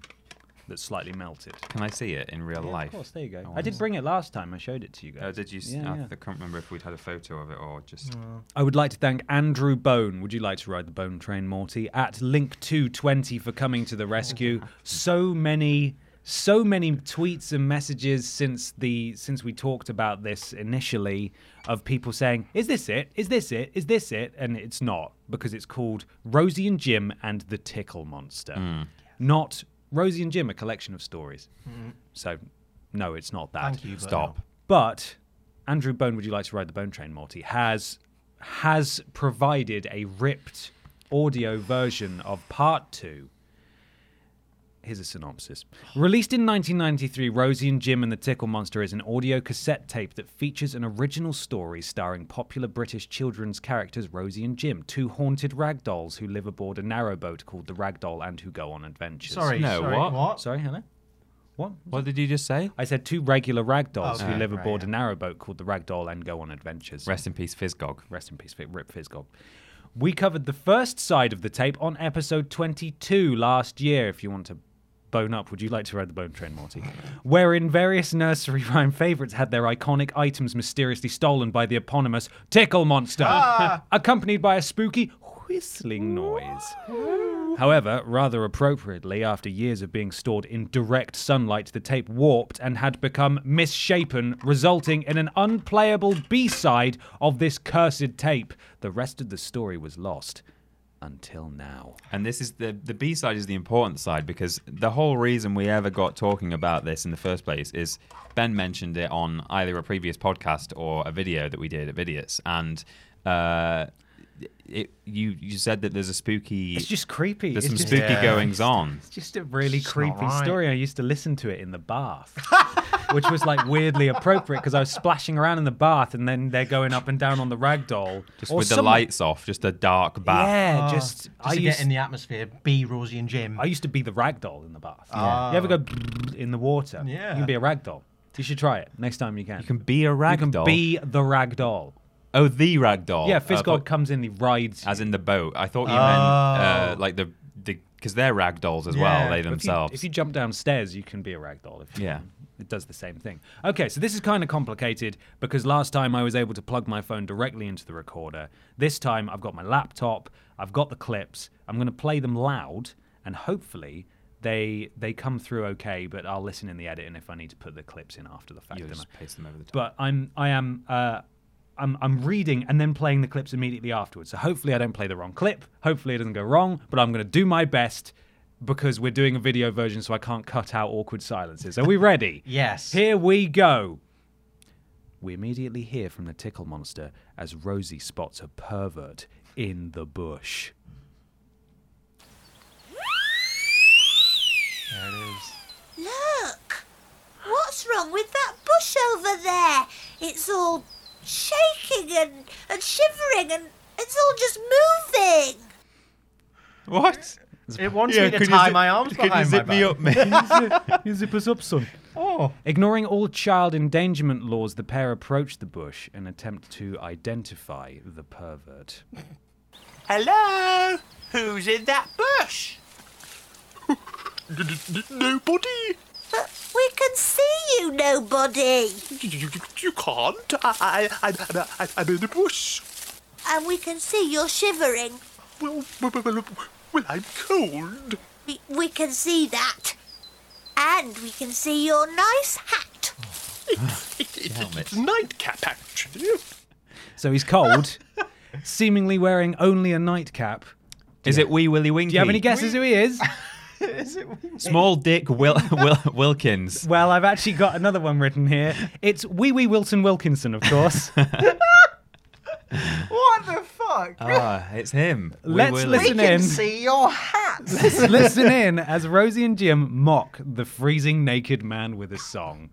that's slightly melted.
can I see it in real
Yeah,
life
Of course, there you go. I
wanna
did bring it last time. I showed it to you guys.
Oh, did you? s
Yeah,
I
yeah.
th- can't remember if we'd had a photo of it or just.
I would like to thank Andrew Bone. Would you like to ride the Bone Train, Morty? At Link220 for coming to the rescue. So many, so many tweets and messages since the since we talked about this initially of people saying, "Is this it? Is this it? Is this it?" And it's not because it's called Rosie and Jim and the Tickle Monster, not Rosie and Jim, a collection of stories. So, no, it's not that.
Thank you. but
Stop.
no.
But Andrew Bone, would you like to ride the Bone Train, Morty? Has has provided a ripped audio version of part two. Here's a synopsis. Released in 1993, Rosie and Jim and the Tickle Monster is an audio cassette tape that features an original story starring popular British children's characters Rosie and Jim, two haunted ragdolls who live aboard a narrowboat called the Ragdoll and who go on adventures.
Sorry,
No,
sorry.
what?
Sorry, hello? What?
What did you just say?
I said two regular ragdolls who
Okay,
live
right,
aboard
yeah.
a narrowboat called the Ragdoll and go on adventures.
Rest in peace, Fizgog.
Rest in peace, Fi- Rip Fizzgob. We covered the first side of the tape on episode 22 last year. If you want to bone up, would you like to ride the bone train, Morty? Wherein various nursery rhyme favourites had their iconic items mysteriously stolen by the eponymous Tickle Monster,
Ah!
accompanied by a spooky whistling noise. However, rather appropriately, after years of being stored in direct sunlight, the tape warped and had become misshapen, resulting in an unplayable B side of this cursed tape. The rest of the story was lost until now.
And this is the the B side is the important side because the whole reason we ever got talking about this in the first place is Ben mentioned it on either a previous podcast or a video that we did at Vidiots, and uh, it, you you said that there's a spooky.
It's just creepy.
there's
It's
some
just,
spooky
Yeah.
goings on.
it's just a really
It's not
creepy
right.
story. I used to listen to it in the bath. Which was like weirdly appropriate because I was splashing around in the bath and then they're going up and down on the ragdoll.
Just
Or
with the
some-
lights off, just a dark bath.
Yeah,
Ah,
just,
just
I
to
used
get in the atmosphere. Be Rosie and Jim.
I used to be the ragdoll in the bath.
Ah.
You ever go in the water? You
Yeah.
can be a ragdoll. You should try it next time you can.
You can be a ragdoll.
You can be the ragdoll.
oh, the ragdoll.
Yeah,
Uh,
Fizzgog
but-
comes in, he rides.
As in the boat. I thought you meant uh, like the because they're rag dolls as well.
Yeah,
They
but if you-
If you,
themselves.
if you jump downstairs, you can be a ragdoll. If you
Yeah.
It does the same thing. Okay, so this is kind of complicated because last time I was able to plug my phone directly into the recorder. This time I've got my laptop, I've got the clips, I'm going to play them loud, and hopefully they they come through okay, but I'll listen in the edit, and if I need to put the clips in after the fact,
You'll
then I-
just paste them over the top.
but I'm I am uh, I'm I'm reading and then playing the clips immediately afterwards. So hopefully I don't play the wrong clip. Hopefully it doesn't go wrong. But I'm going to do my best because we're doing a video version, so I can't cut out awkward silences. Are we ready?
Yes.
Here we go. We immediately hear from the tickle monster as Rosie spots a pervert in the bush.
There it is.
Look! What's wrong with that bush over there? It's all shaking and, and shivering and it's all just moving.
what?
It wants me to tie my arms behind my back.
Zip us up, son.
Oh.
Ignoring all child endangerment laws, the pair approach the bush and attempt to identify the pervert.
Hello? Who's in that bush? Nobody.
But we can and see you, nobody.
You, you- you can't. I, I, I, I, I'm in the bush.
And we can see you're shivering.
Well, well, well, well, well, I'm cold.
We, we can see that. And we can see your nice hat.
It, it, it's nightcap, actually.
So he's cold, seemingly wearing only a nightcap.
Is it Wee Willie Winky?
Do you have any guesses who he is?
Small Dick Wil- Wil- Wilkins.
Well, I've actually got another one written here. It's Wee Wee Wilson Wilkinson, of course.
What the fuck?
Ah, it's him. Wee
Let's
Willie.
listen in.
see your hat.
Listen in as Rosie and Jim mock the freezing naked man with a song.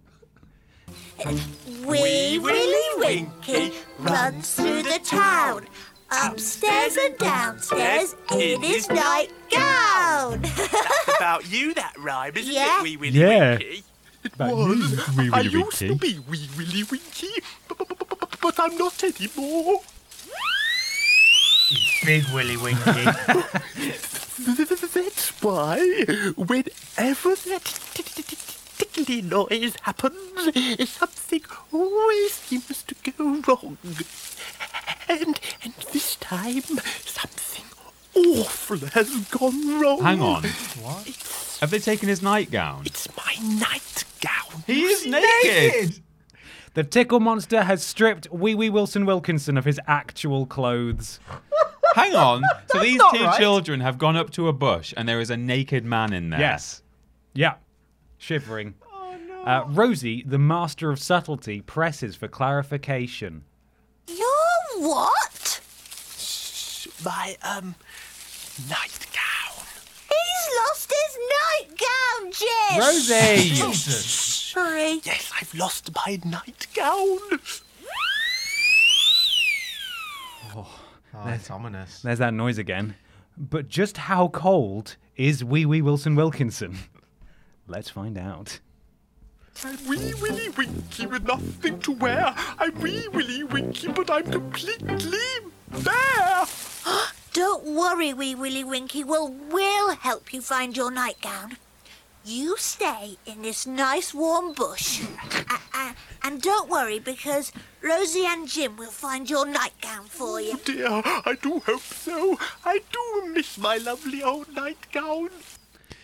Wee Willie Winky runs through the town, upstairs and downstairs in his nightgown.
About you, that rhyme, isn't
Yeah.
it, Wee Willy
Yeah.
Winky?
Was Wee
I
Willie
used to
Winky?
be Wee Willy Winky, but, but, but, but, but I'm not anymore.
Big Willy Winky.
Th- th- th- That's why, whenever that t- t- t- tickly noise happens, something always seems to go wrong. And and this time, something awful has gone wrong.
Hang on.
It's,
Have they taken his nightgown?
it's my nightgown.
He is naked.
The tickle monster has stripped Wee Wee Wilson Wilkinson of his actual clothes.
Hang on. So these
not
two
right.
children have gone up to a bush and there is a naked man in there.
Yes. Yeah. Shivering. Oh, no. Uh, Rosie, the master of subtlety, presses for clarification.
You're what?
My um nightgown.
He's lost his nightgown, Jim.
Rosie!
Sorry.
Yes, I've lost my nightgown.
Oh, it's ominous.
There's that noise again. But just how cold is Wee Wee Wilson Wilkinson? Let's find out.
I'm wee willy winky with nothing to wear. I'm wee willy winky, but I'm completely bare.
Don't worry, Wee Willie Winky. We'll, we'll help you find your nightgown. You stay in this nice warm bush. uh, uh, and don't worry, because Rosie and Jim will find your nightgown for you.
Dear, I do hope so. I do miss my lovely old nightgown.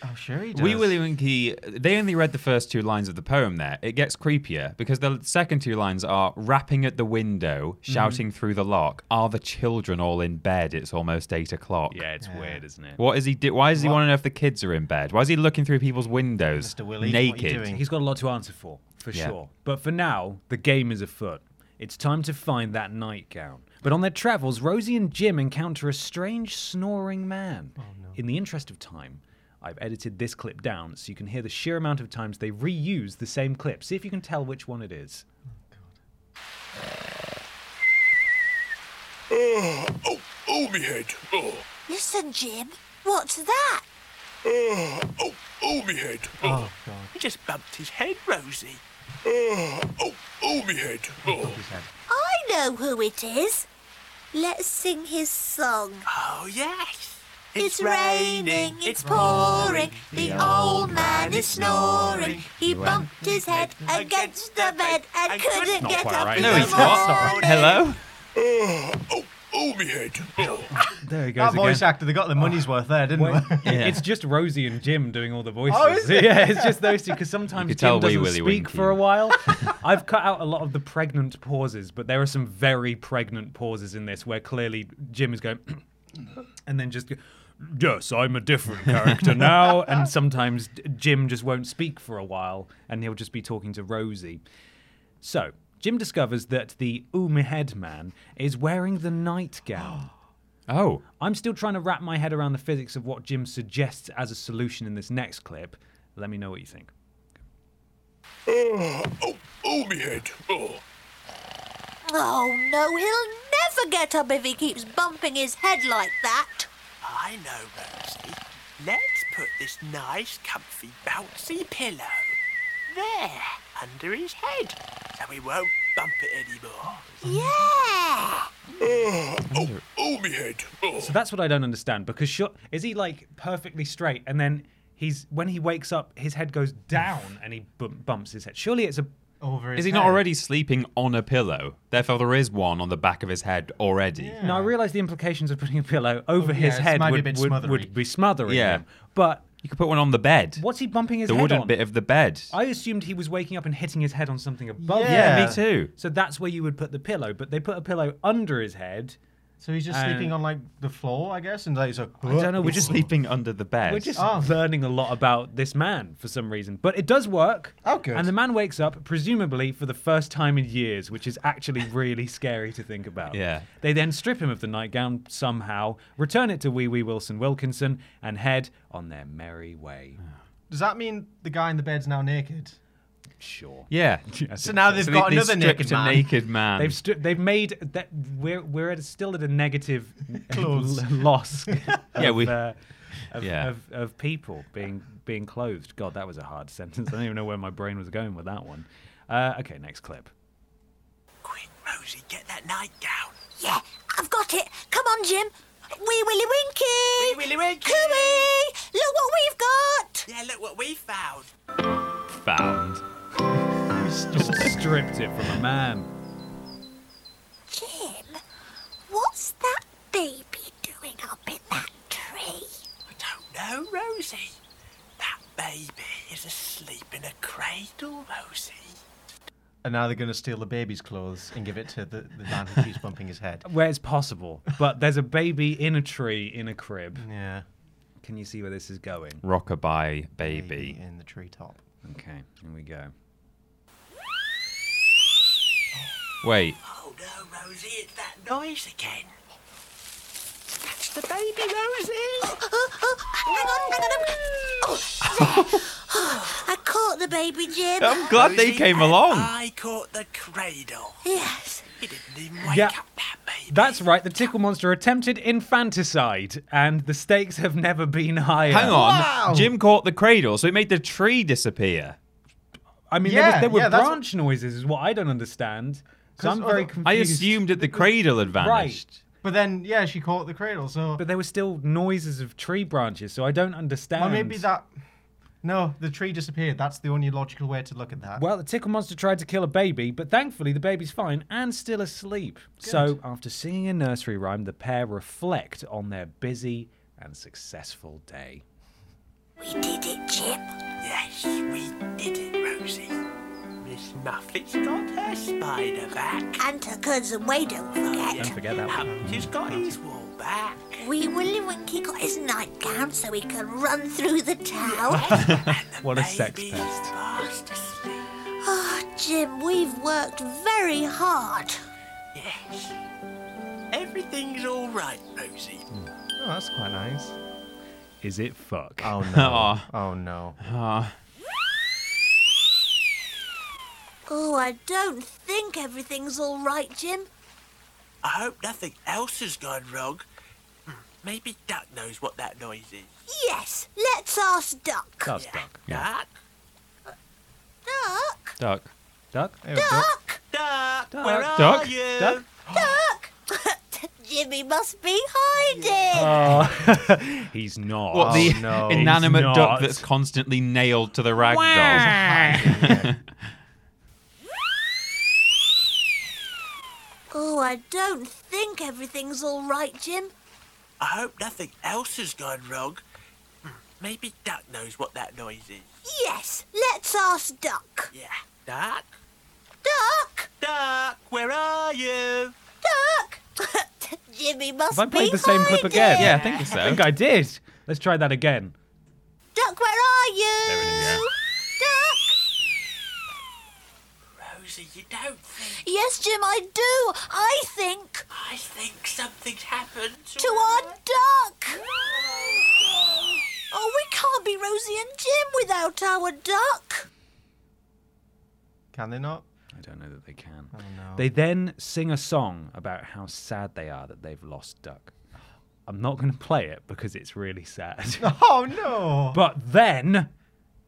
Oh, sure he does.
Wee Willie Winky, they only read the first two lines of the poem there. It gets creepier because the second two lines are rapping at the window,
Mm-hmm.
shouting through the lock. Are the children all in bed? It's almost eight o'clock.
it's weird, isn't it?
What is he do? Why does he want to know if the kids are in bed? Why is he looking through people's windows
Mr. Willy, what are you
naked?
doing?
He's got a lot to answer for, for
Yeah.
sure. But for now, the game is afoot. It's time to find that nightgown. But on their travels, Rosie and Jim encounter a strange snoring man.
Oh,
In the interest of time, I've edited this clip down so you can hear the sheer amount of times they reuse the same clip. See if you can tell which one it is.
Oh, oh, me head. Oh,
Listen, Jim. What's that?
oh, oh, oh me head. Oh, God. He just bumped his head, Rosie. Oh, oh, oh, me head. Oh,
I know who it is. Let's sing his song.
oh yes.
It's raining, it's pouring, the old man is snoring. He bumped his head against the bed and couldn't get up. in
No,
the
he's not.
morning.
Hello?
Oh, oh, me head. Oh.
There he goes
That
again.
voice actor, they got the money's worth there, didn't
Well,
they?
Yeah.
It's just Rosie and Jim doing all the voices.
Oh, is it?
Yeah, it's just those two because sometimes
You could
Jim
tell Wee
doesn't
Willie
speak
Winky.
for a while. I've cut out a lot of the pregnant pauses, but there are some very pregnant pauses in this where clearly Jim is going and then just. go, Yes, I'm a different character now. And sometimes Jim just won't speak for a while and he'll just be talking to Rosie. So, Jim discovers that the Umehead man is wearing the nightgown.
Oh.
I'm still trying to wrap my head around the physics of what Jim suggests as a solution in this next clip. Let me know what you think.
Oh, oh, oh, me head. Oh.
Oh no, he'll never get up if he keeps bumping his head like that.
I know, Rosie. Let's put this nice, comfy, bouncy pillow there under his head so he won't bump it anymore.
Yeah.
Oh, me head. Oh.
So that's what I don't understand because sure, is he like perfectly straight and then he's when he wakes up, his head goes down and he b- bumps his head. Surely it's a
Over his
Is he not
head.
already sleeping on a pillow? Therefore, there is one on the back of his head already.
No, I realise the implications of putting a pillow over
Hmm. Oh, yeah,
his
it's
head
might be a
would,
bit
would,
smothering.
would be smothering
Yeah.
him. But
You could put one on the bed,
what's he bumping his
the
head
wooden
on?
bit of the bed.
I assumed he was waking up and hitting his head on something above. him.
Yeah.
Me too.
So that's where you would put the pillow, but they put a pillow under his head.
So he's just
Uh,
sleeping on like the floor, I guess, and like he's like.
I don't know. We're
We're just
just
sleeping under the bed.
we're just
Oh.
learning a lot about this man for some reason, but it does work.
Oh, good.
And the man wakes up, presumably for the first time in years, which is actually really scary to think about.
Yeah.
They then strip him of the nightgown somehow, return it to Wee Wee Wilson Wilkinson, and head on their merry way.
Does that mean the guy in the bed's now naked?
Sure.
yeah.
So now they've got
they- they
another
stripped
naked
a
man.
naked man.
They've stri- they've made that we're we're at, still at a negative
Clothes.
l- loss.
Yeah,
of,
we-
uh, of,
yeah.
of of people being being clothed. God, that was a hard sentence. I don't even know where my brain was going with that one. Uh, okay, next clip.
Quick, Rosie, get that nightgown.
Yeah, I've got it. Come on, Jim. Wee Willy
Wee
Winky.
Willy Winky.
Cooey, look what we've got.
Yeah, look what we found.
found.
Just stripped it from a man.
Jim, what's that baby doing up in that tree?
I don't know, Rosie. That baby is asleep in a cradle, Rosie.
And now they're going to steal the baby's clothes and give it to the, the man who keeps bumping his head.
Where it's possible, but there's a baby in a tree in a crib.
Yeah.
Can you see where this is going?
Rockabye
Baby
baby.
in the treetop.
Okay, here we go.
Wait,
Oh no, Rosie, it's that noise again. That's the baby, Rosie.
Oh, oh, hang on, hang on. I'm... Oh, I caught the baby, Jim.
I'm glad they
Rosie,
came
and
along.
Ah,
I caught the cradle.
Yes.
He didn't even wake
Yeah.
up, that baby.
That's right, the tickle monster attempted infanticide, and the stakes have never been higher.
Hang on,
Wow.
Jim caught the cradle, so it made the tree disappear.
I mean,
Yeah,
there, was,
yeah,
there were
that's-
branch noises, is what I don't understand. So
'Cause
I'm
other-
very confused.
I assumed that the cradle had vanished.
Right.
But then, yeah, she caught the cradle, so.
But there were still noises of tree branches, so I don't understand.
Well, maybe that. No, the tree disappeared. That's the only logical way to look at that.
Well, the tickle monster tried to kill a baby, but thankfully the baby's fine and still asleep. So, after singing a nursery rhyme, the pair reflect on their busy and successful day.
We did it, Jim.
Yes, we did it, Rosie. Miss Muffet's got her spider back.
And Tuckers and Way, don't
Don't
forget.
forget that one.
Humpty's got his wool back.
Wee Willy Winky got his nightgown so he can run through the town.
What a sex
Baby's
pest.
fast asleep.
Oh, Jim, we've worked very hard.
Yes. Everything's all right, Rosie.
oh, that's quite nice.
Is it fuck?
Oh, no.
Ah,
oh, no.
Oh, I don't think everything's all right, Jim.
I hope nothing else has gone wrong. Hmm, Maybe Duck knows what that noise is.
Yes, let's ask Duck.
That's duck.
Duck,
Duck?
Duck.
Duck?
There we go.
Duck?
duck, where are
Duck,
you?
duck.
Duck? Jimmy must be hiding.
He's not.
What the
Oh, no.
inanimate
He's not.
duck that's constantly nailed to the rag doll?
Oh, I don't think everything's all right, Jim.
I hope nothing else has gone wrong. Hmm, Maybe Duck knows what that noise is.
Yes, let's ask Duck.
Yeah. Duck,
Duck?
duck, where are you?
Duck? Jimmy must
Have I
be
played the same clip
hiding.
again?
Yeah, I think
I
so.
think I did. Let's try that again.
Duck, where are you?
There it is, yeah.
Duck?
Rosie, you don't think.
Yes, Jim, I do. I think
I think something's happened
to our duck. Oh, we can't be Rosie and Jim without our duck.
Can they not?
I don't know that they can.
no.
They then sing a song about how sad they are that they've lost Duck. I'm not going to play it because it's really sad.
Oh, no.
but then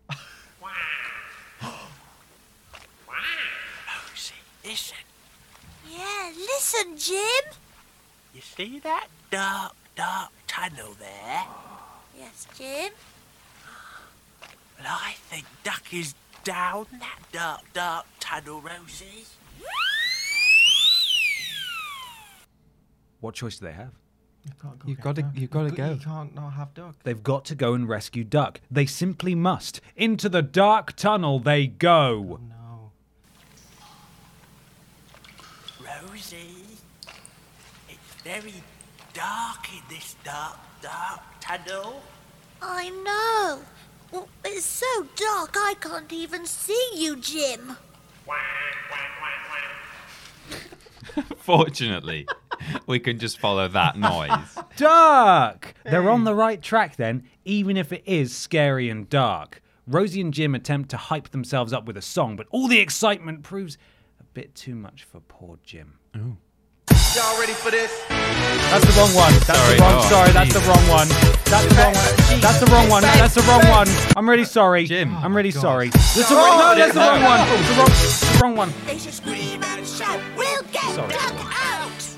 Rosie, listen.
Yeah, listen, Jim.
You see that dark, dark tunnel there?
Yes, Jim.
Well, I think Duck is down that dark, dark tunnel, Rosie.
What choice do they have?
You've got to- you've got to go.
You can't not have duck.
They've got to go and rescue Duck. They simply must. Into the dark tunnel they go.
No.
Rosie, it's very dark in this dark, dark tunnel.
I know. Well, it's so dark I can't even see you, Jim.
Fortunately, we can just follow that noise.
Duck! They're on the right track then, even if it is scary and dark. Rosie and Jim attempt to hype themselves up with a song, but all the excitement proves a bit too much for poor Jim.
Y'all ready for this?
That's the wrong one. That's
Sorry,
the wrong.
oh,
sorry, that's the wrong one. That's the wrong one. That's the wrong one. That's the wrong one. I'm really sorry.
Jim. Oh,
I'm really sorry. That's the wrong. No, that's the wrong one. It's the wrong. It's the wrong one.
They should scream and shout, we'll get
Sorry.
Duck out!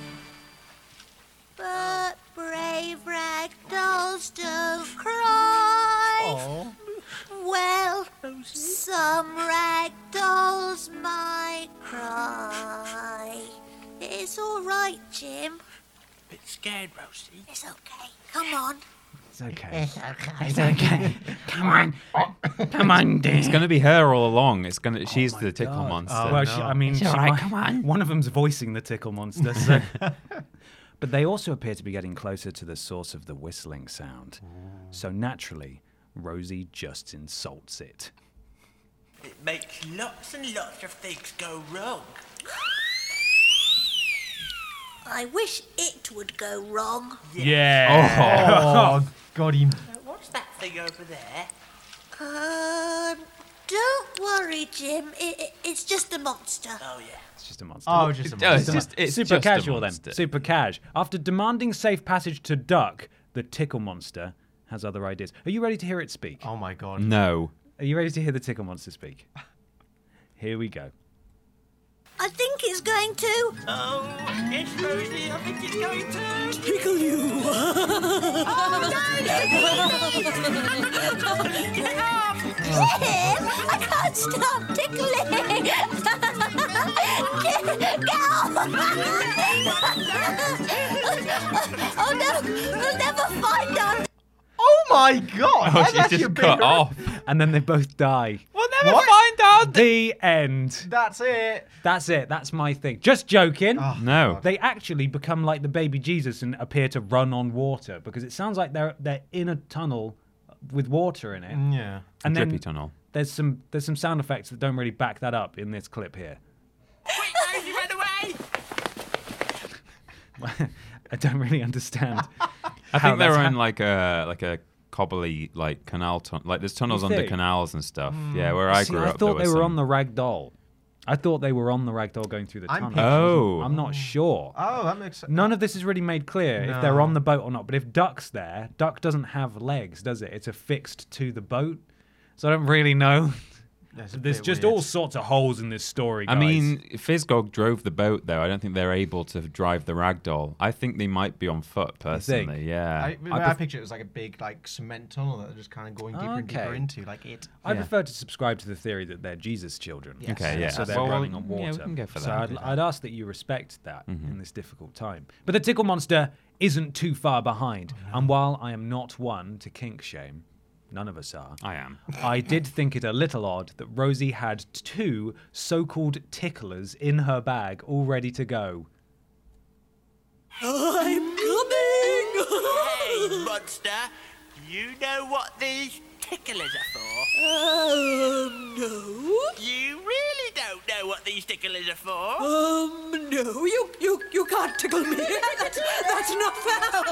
But brave rag dolls don't cry. Well, some rag dolls might cry. It's all right, Jim.
bit scared, Rosie.
It's okay. Come on.
It's okay. It's okay. Come on. Come on, Dan.
It's gonna be her all along. It's
Oh
gonna. she's the tickle monster.
Well, she, I mean, she might- One of them's voicing the tickle monster. So. but they also appear to be getting closer to the source of the whistling sound. So naturally, Rosie just insults it.
It makes lots and lots of things go wrong.
I wish it would go wrong.
Yeah.
Oh, got him.
What's that thing over there?
Um, don't worry, Jim. It, it, it's just a monster.
Oh, yeah.
It's just a monster.
Oh, just a
Oh, it's
monster.
just it's
Super
just a
casual then.
monster.
Super cash. After demanding safe passage to Duck, the tickle monster has other ideas. Are you ready to hear it speak?
Oh my god.
No.
Are you ready to hear the tickle monster speak? Here we go.
I think it's going to.
Oh, it's Rosie. I think it's going to.
Jim, I can't stop tickling. get, get off! oh no, we'll never find our.
Oh my god.
Oh,
that's
she's
actually a
just
big
cut
re-
off.
And then they both die.
We'll never
What?
find out.
The end.
That's it.
That's it. That's my thing. Just joking.
Ah.
No.
They actually become like the baby Jesus and appear to run on water because it sounds like they're they're in a tunnel with water in it.
Yeah.
And
Drippy
then
tunnel.
there's some there's some sound effects that don't really back that up in this clip here.
Quick, Rosie, run away.
I don't really understand.
I think they're
that's
in like a like a cobbly like canal tunnel. Like there's tunnels under
think?
canals and stuff. Yeah, where I
See,
grew
Hmm. I
up.
thought
there
they
was
were on
some-
the rag doll. I thought they were on the rag doll going through the
I'm
tunnel.
picking-
Oh.
I'm not sure.
Oh, that makes sense.
None of this is really made clear if they're on the boat or not. But if Duck's there, Duck doesn't have legs, does it? It's affixed to the boat. So I don't really know.
That's a
There's
bit
just
weird.
all sorts of holes in this story,
I
guys.
mean, Fizgog drove the boat though. I don't think they're able to drive the ragdoll. I think they might be on foot
think?
personally. Yeah.
I, the way I, picture it was like a big like cement tunnel that they're just kind of going deeper and deeper
Okay.
into, like it.
I prefer to subscribe to the theory that they're Jesus children.
Okay, yeah.
So they're
Well,
running
um,
on
yeah, we
water.
can go for
so
that. Mm-hmm.
I'd, I'd ask that you respect that in this difficult time. But the tickle monster isn't too far behind. And while I am not one to kink shame, none of us are.
I am.
I did think it a little odd that Rosie had two so called ticklers in her bag all ready to go.
Hey, monster. You know what these ticklers are for?
Um, no.
You really don't know what these ticklers are for.
Um, no. You, you, you can't tickle me. That's, that's not fair.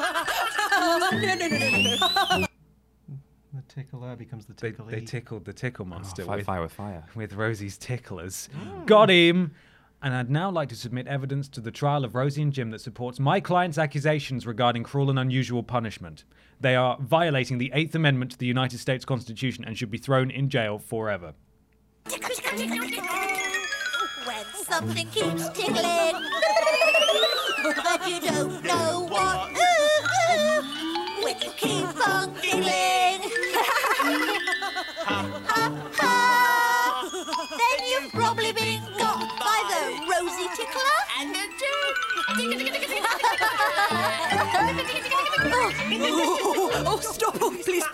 no, no, no, no, no.
The tickler becomes the
They,
tickle.
they tickled the tickle monster
Fight Oh,
with,
fire Oh. with fire.
with Rosie's ticklers. Got him! And I'd now like to submit evidence to the trial of Rosie and Jim that supports my client's accusations regarding cruel and unusual punishment. They are violating the Eighth Amendment to the United States Constitution and should be thrown in jail forever.
When something keeps tickling, but you don't know what. Ooh, ooh, when you keep on giggling.
Oh, oh, stop, oh, please.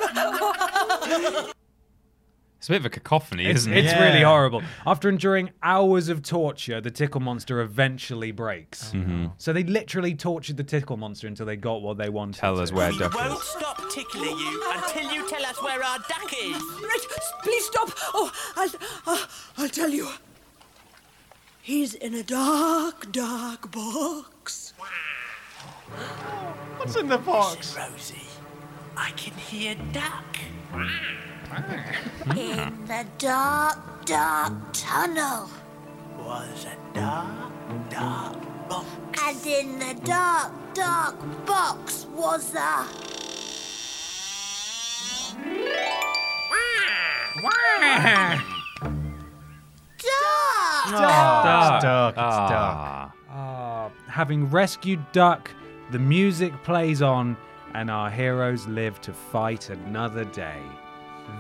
It's a bit of a cacophony,
It's,
isn't it?
it's
Yeah.
really horrible. After enduring hours of torture, the tickle monster eventually breaks.
Mm-hmm.
So they literally tortured the tickle monster until they got what they wanted.
Tell us
to.
where
We
Duck
won't
is.
stop tickling you until you tell us where our duck is.
Right, please stop. Oh, I'll, uh, I'll tell you. He's in a dark, dark box.
What's in the box?
Rosie, I can hear duck.
In the dark, dark tunnel.
Was a dark, dark box.
And in the dark, dark box was a. Duck!
Duck. Ah, It's duck. It's duck.
Ah.
Having rescued Duck, the music plays on, and our heroes live to fight another day.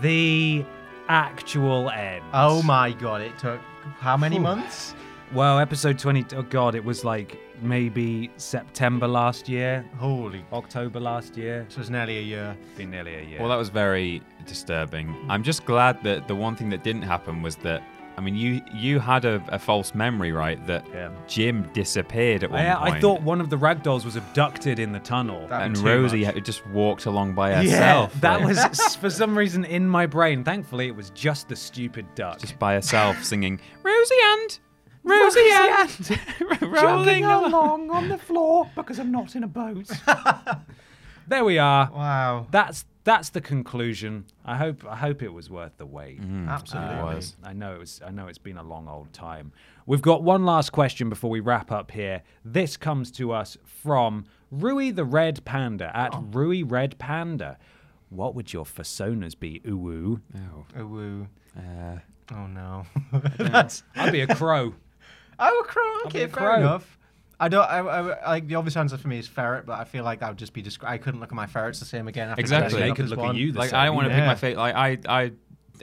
The actual end.
Oh my god! It took how many months?
Well, episode 20. Oh, God, it was like maybe September last year,
Holy.
October last year.
So it's nearly a year.
been nearly a year.
Well, that was very disturbing. I'm just glad that the one thing that didn't happen was that. I mean, you you had a, a false memory, right? That
Yeah.
Jim disappeared at one
I,
point.
I thought one of the ragdolls was abducted in the tunnel.
That-
and
too
Rosie
much.
had just walked along by
yeah,
herself.
that
like,
was s- for some reason in my brain. Thankfully, it was just the stupid duck.
just by herself singing Rosie and Rosie and rolling along.
on the floor because I'm not in a boat. there we are.
Wow.
That's that's the conclusion. I hope I hope it was worth the wait.
Mm-hmm.
Absolutely.
was.
I know it was. I know it's been a long old time. We've got one last question before we wrap up here. This comes to us from Rui the Red Panda at
Oh.
Rui Red Panda. What would your personas be? Ooh, ooh.
Oh woo. oh no.
I'd be a crow.
Oh, a crow. Okay,
a
fair
crow.
enough. I don't. I, I- like the obvious answer for me is ferret, but I feel like that would just be. Disc- I couldn't look at my ferrets the same again. After
Exactly.
dressing
They
up
could
as
look at
one.
you the
Like
same.
I don't want to pick
Yeah.
my favorite. Like I I.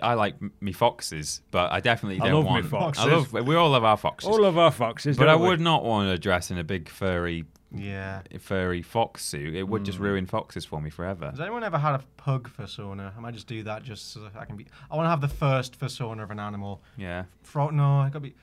I like m- me foxes, but I definitely
I
don't
love me
want.
foxes.
I love. We all love our foxes,
of our foxes.
but I would not want to dress in a big furry,
Yeah.
furry fox suit. It would just
Hmm.
ruin foxes for me forever.
Has anyone ever had a pug persona? I might just do that just so that I can be. I want to have the first persona of an animal.
Yeah.
Frog? No, I gotta be.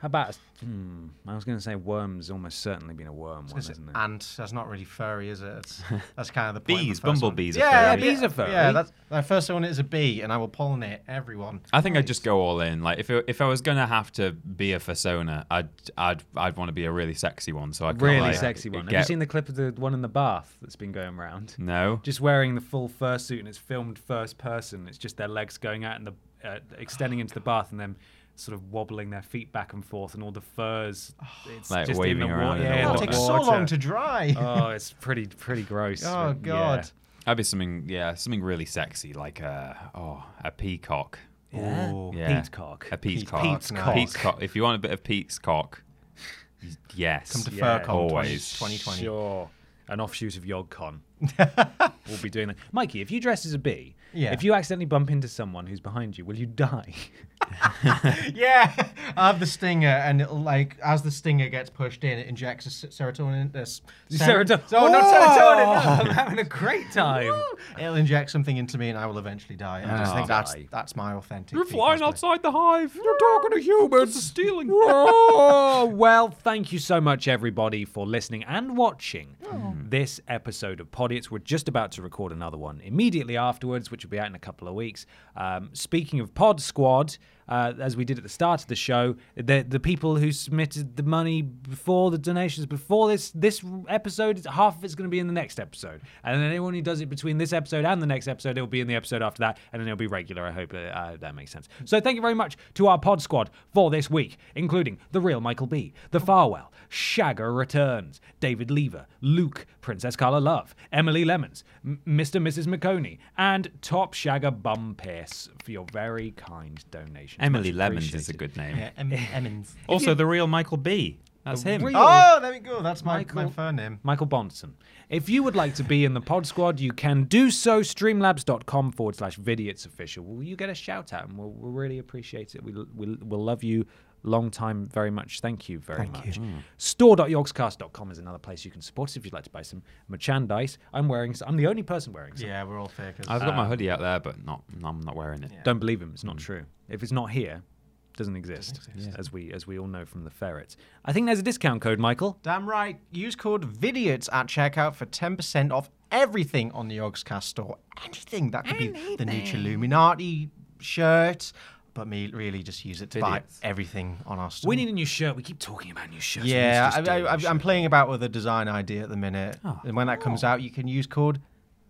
How about? a- Hmm, I was going to say worm's almost certainly been a worm one,
Is it
isn't it?
ant? That's not really furry, is it? It's, that's kind of the point. of the
Bees,
first one.
bumblebees are
yeah,
furry.
Yeah,
Bees are furry.
Yeah, that's my first one is a bee, and I will pollinate everyone.
I think I'd just go all in. Like if it, if I was gonna have to be a persona, I'd I'd I'd want to be a really sexy one. So I could,
really
like,
sexy one. Have you
get-
seen the clip of the one in the bath that's been going around?
No.
Just wearing the full fursuit and it's filmed first person. It's just their legs going out and the uh, extending into the bath and them sort of wobbling their feet back and forth and all the furs. It's
Like
just in
waving
the
around in
water.
the
Yeah,
water.
It'll
It'll
the
take
take
so
water.
long to dry.
Oh, it's pretty pretty gross.
oh
Yeah.
God.
I'd be something. Yeah, something really sexy, like a oh a peacock.
Yeah.
Ooh.
Yeah.
Peacock.
A peacock.
Pete's cock.
Peacock. If you want a bit of Pete's cock, y- yes.
Come to
Yeah,
FurCon 20,
always.
2020.
Sure. An offshoot of YogCon. we'll be doing that. Mikey, if you dress as a bee,
Yeah.
if you accidentally bump into someone who's behind you, will you die?
Yeah, I have the stinger, and it'll like as the stinger gets pushed in, it injects a s- serotonin. A s- ser-
Serotonin.
Oh, not serotonin.
I'm having a great time.
no. It'll inject something into me, and I will eventually die. I just think that's
Die.
that's my authentic.
Oh, You're
Pete
flying
Cosby.
outside the hive. You're talking to humans. Stealing.
oh, well, thank you so much, everybody, for listening and watching
Oh.
this episode of Podiots. We're just about to record another one immediately afterwards, which will be out in a couple of weeks. Um, speaking of Pod Squad, uh, as we did at the start of the show, the, the people who submitted the money before the donations before this this episode, half of it's going to be in the next episode, and then anyone who does it between this episode and the next episode, it'll be in the episode after that, and then it'll be regular. I hope uh, uh, that makes sense. So thank you very much to our pod squad for this week, including the real Michael B, the Farwell, Shagger returns, David Lever, Luke, Princess Carla Love, Emily Lemons, M- Mr. and Mrs. McConey, and Top Shagger Bum Pierce for your very kind donations.
Emily
Much
Lemons is a
appreciated.
good name.
Yeah, em- Emmons.
Also, the real Michael B. That's him.
Real
Oh, there we go. That's my, my
Michael-
fur name.
Michael Bonson. If you would like to be in the pod squad, you can do so. Streamlabs.com forward slash Vidiots official. Will you get a shout out? And we'll, we'll really appreciate it. We, we'll, we'll love you Long time, very much. Thank you very
Thank
much.
you. Mm.
Store.yogscast.com is another place you can support us if you'd like to buy some merchandise. I'm wearing. s- I'm the only person wearing. Some.
Yeah, we're all fakers.
I've got my
Um,
hoodie out there, but not. I'm not wearing it.
Don't believe him. It's
Mm.
not true. If it's not here, doesn't exist. As we as we all know from the ferrets. I think there's a discount code, Michael.
Damn right. Use code VIDIOTS at checkout for 10% off everything on the Ogscast store. Anything. That could be the Nietzsche Illuminati shirt. But me really just use it to
Vidiots.
buy everything on our store.
We need a new shirt. We keep talking about new shirts.
yeah,
Let's just
I,
do a
I,
new
I, I'm
shirt.
playing about with a design idea at the minute. And when that comes out, you can use code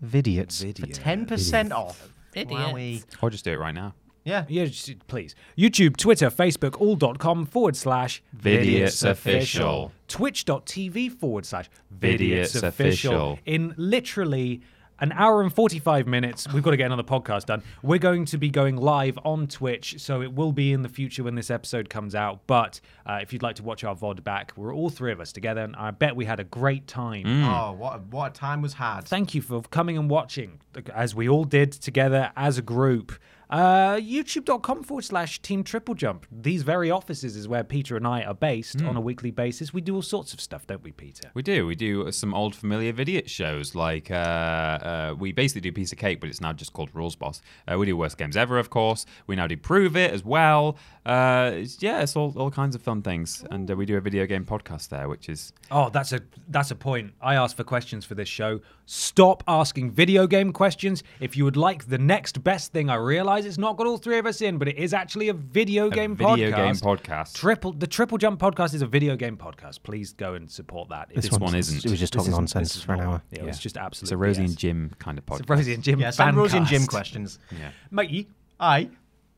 VIDIOTS for 10% off. Wowee.
Or just do it right now.
Yeah.
Yeah, just, please. YouTube, Twitter, Facebook, all.com forward slash
Vidiots
Vidiots
Official.
Twitch.tv forward slash
Vidiots
Vidiots Official.
Official.
In literally an hour and 45 minutes, we've got to get another podcast done. We're going to be going live on Twitch, so it will be in the future when this episode comes out. But uh, if you'd like to watch our VOD back, we're all three of us together, and I bet we had a great time.
Oh, what a, what a time was had.
Thank you for coming and watching, as we all did together as a group. Uh, YouTube.com forward slash Team Triple Jump. These very offices is where Peter and I are based on a weekly basis. We do all sorts of stuff, don't we, Peter?
We do. We do some old familiar video shows. Like uh, uh, we basically do piece of cake, but it's now just called Rules Boss. Uh, we do worst games ever, of course. We now do prove it as well. Uh, it's, yeah, it's all, all kinds of fun things, and uh, we do a video game podcast there, which is
Oh, that's a that's a point. I asked for questions for this show. Stop asking video game questions. If you would like the next best thing, I realize it's not got all three of us in, but it is actually a video
a
game
video
podcast.
game podcast.
Triple the Triple Jump podcast is a video game podcast. Please go and support that.
This one isn't.
It was just
This
talking
is-
nonsense
this is
for an
not-
hour.
Yeah, it's just absolutely.
It's a Rosie and Jim kind of podcast.
It's a Rosie and Jim.
Yeah, some Rosie and Jim
fancast.
questions.
Yeah.
Matey,
Aye.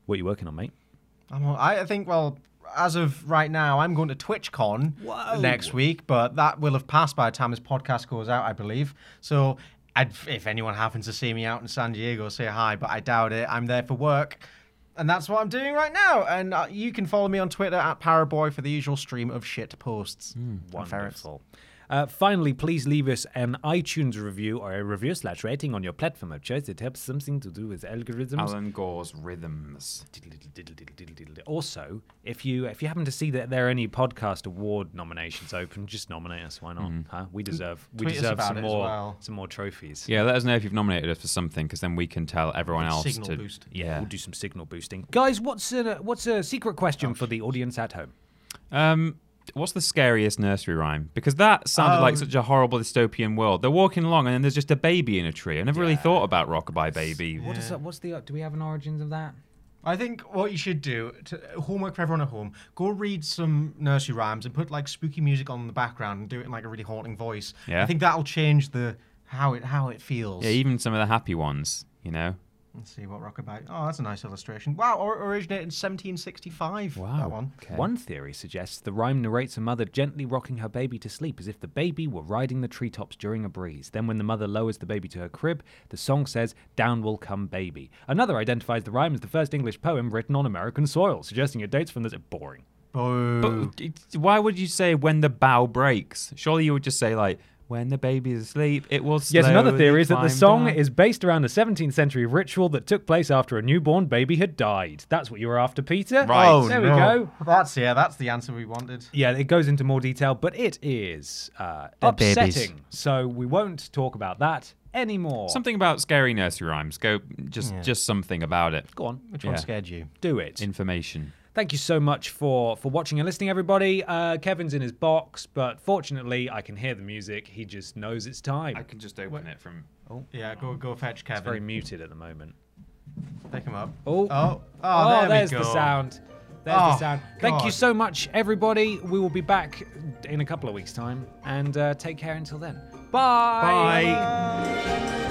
what are you working on, mate?
I'm, all- I I think, well, as of right now, I'm going to TwitchCon next week, but that will have passed by the time this podcast goes out, I believe. So I'd, if anyone happens to see me out in San Diego, say hi, but I doubt it. I'm there for work. And that's what I'm doing right now. And uh, you can follow me on Twitter at Paraboy for the usual stream of shit posts. and ferrets.
Wonderful. Uh, finally, please leave us an iTunes review or a review slash rating on your platform of choice. It helps something to do with algorithms.
Alan Gore's rhythms.
Also, if you if you happen to see that there are any podcast award nominations open, just nominate us. Why not? Huh? We deserve we
Mm-hmm. Tweet us
deserve
about
some
it as
more
well.
some more trophies.
Yeah, let us know if you've nominated us for something, because then we can tell everyone else
Signal
to.
boost.
Yeah.
We'll do some signal boosting, guys. What's a what's a secret question for the audience at home?
Um, what's the scariest nursery rhyme? Because that sounded
Um,
like such a horrible dystopian world. They're walking along and then there's just a baby in a tree. I never really thought about Rockabye Baby.
What is that? What's the uh, do we have an origins of that?
I think what you should do, to, homework for everyone at home, go read some nursery rhymes and put like spooky music on in the background and do it in like a really haunting voice.
Yeah.
I think that'll change the how it how it feels.
Yeah, even some of the happy ones, you know.
Let's see what Rockabye. Oh, that's a nice illustration. Wow, or, originated in 1765. That one.
Okay.
One theory suggests the rhyme narrates a mother gently rocking her baby to sleep as if the baby were riding the treetops during a breeze. Then, when the mother lowers the baby to her crib, the song says, Down will come baby. Another identifies the rhyme as the first English poem written on American soil, suggesting it dates from this. Boring.
Boo.
But it- why would you say when the bough breaks? Surely you would just say like when the baby is asleep, it will.
Yes, another
slowly
theory is that the
climb
song
down.
is based around a 17th century ritual that took place after a newborn baby had died. That's what you were after, Peter.
Right. Oh,
there
No.
we go.
That's yeah. That's the answer we wanted.
Yeah, it goes into more detail, but it is uh,
babies.
upsetting. So we won't talk about that anymore.
something about scary nursery rhymes. Go just just something about it.
Go on,
Which one scared you?
do it.
Information.
Thank you so much for for watching and listening, everybody. Uh, Kevin's in his box, but fortunately, I can hear the music. He just knows it's time.
can just open it from.
Yeah, go go fetch Kevin.
Very muted at the moment.
Pick him up.
Oh,
Oh, oh, there we
there's
go.
the sound. There's the
Oh,
sound. Thank you
God.
so much, everybody. We will be back in a couple of weeks' time, and uh, take care until then. Bye.
Bye.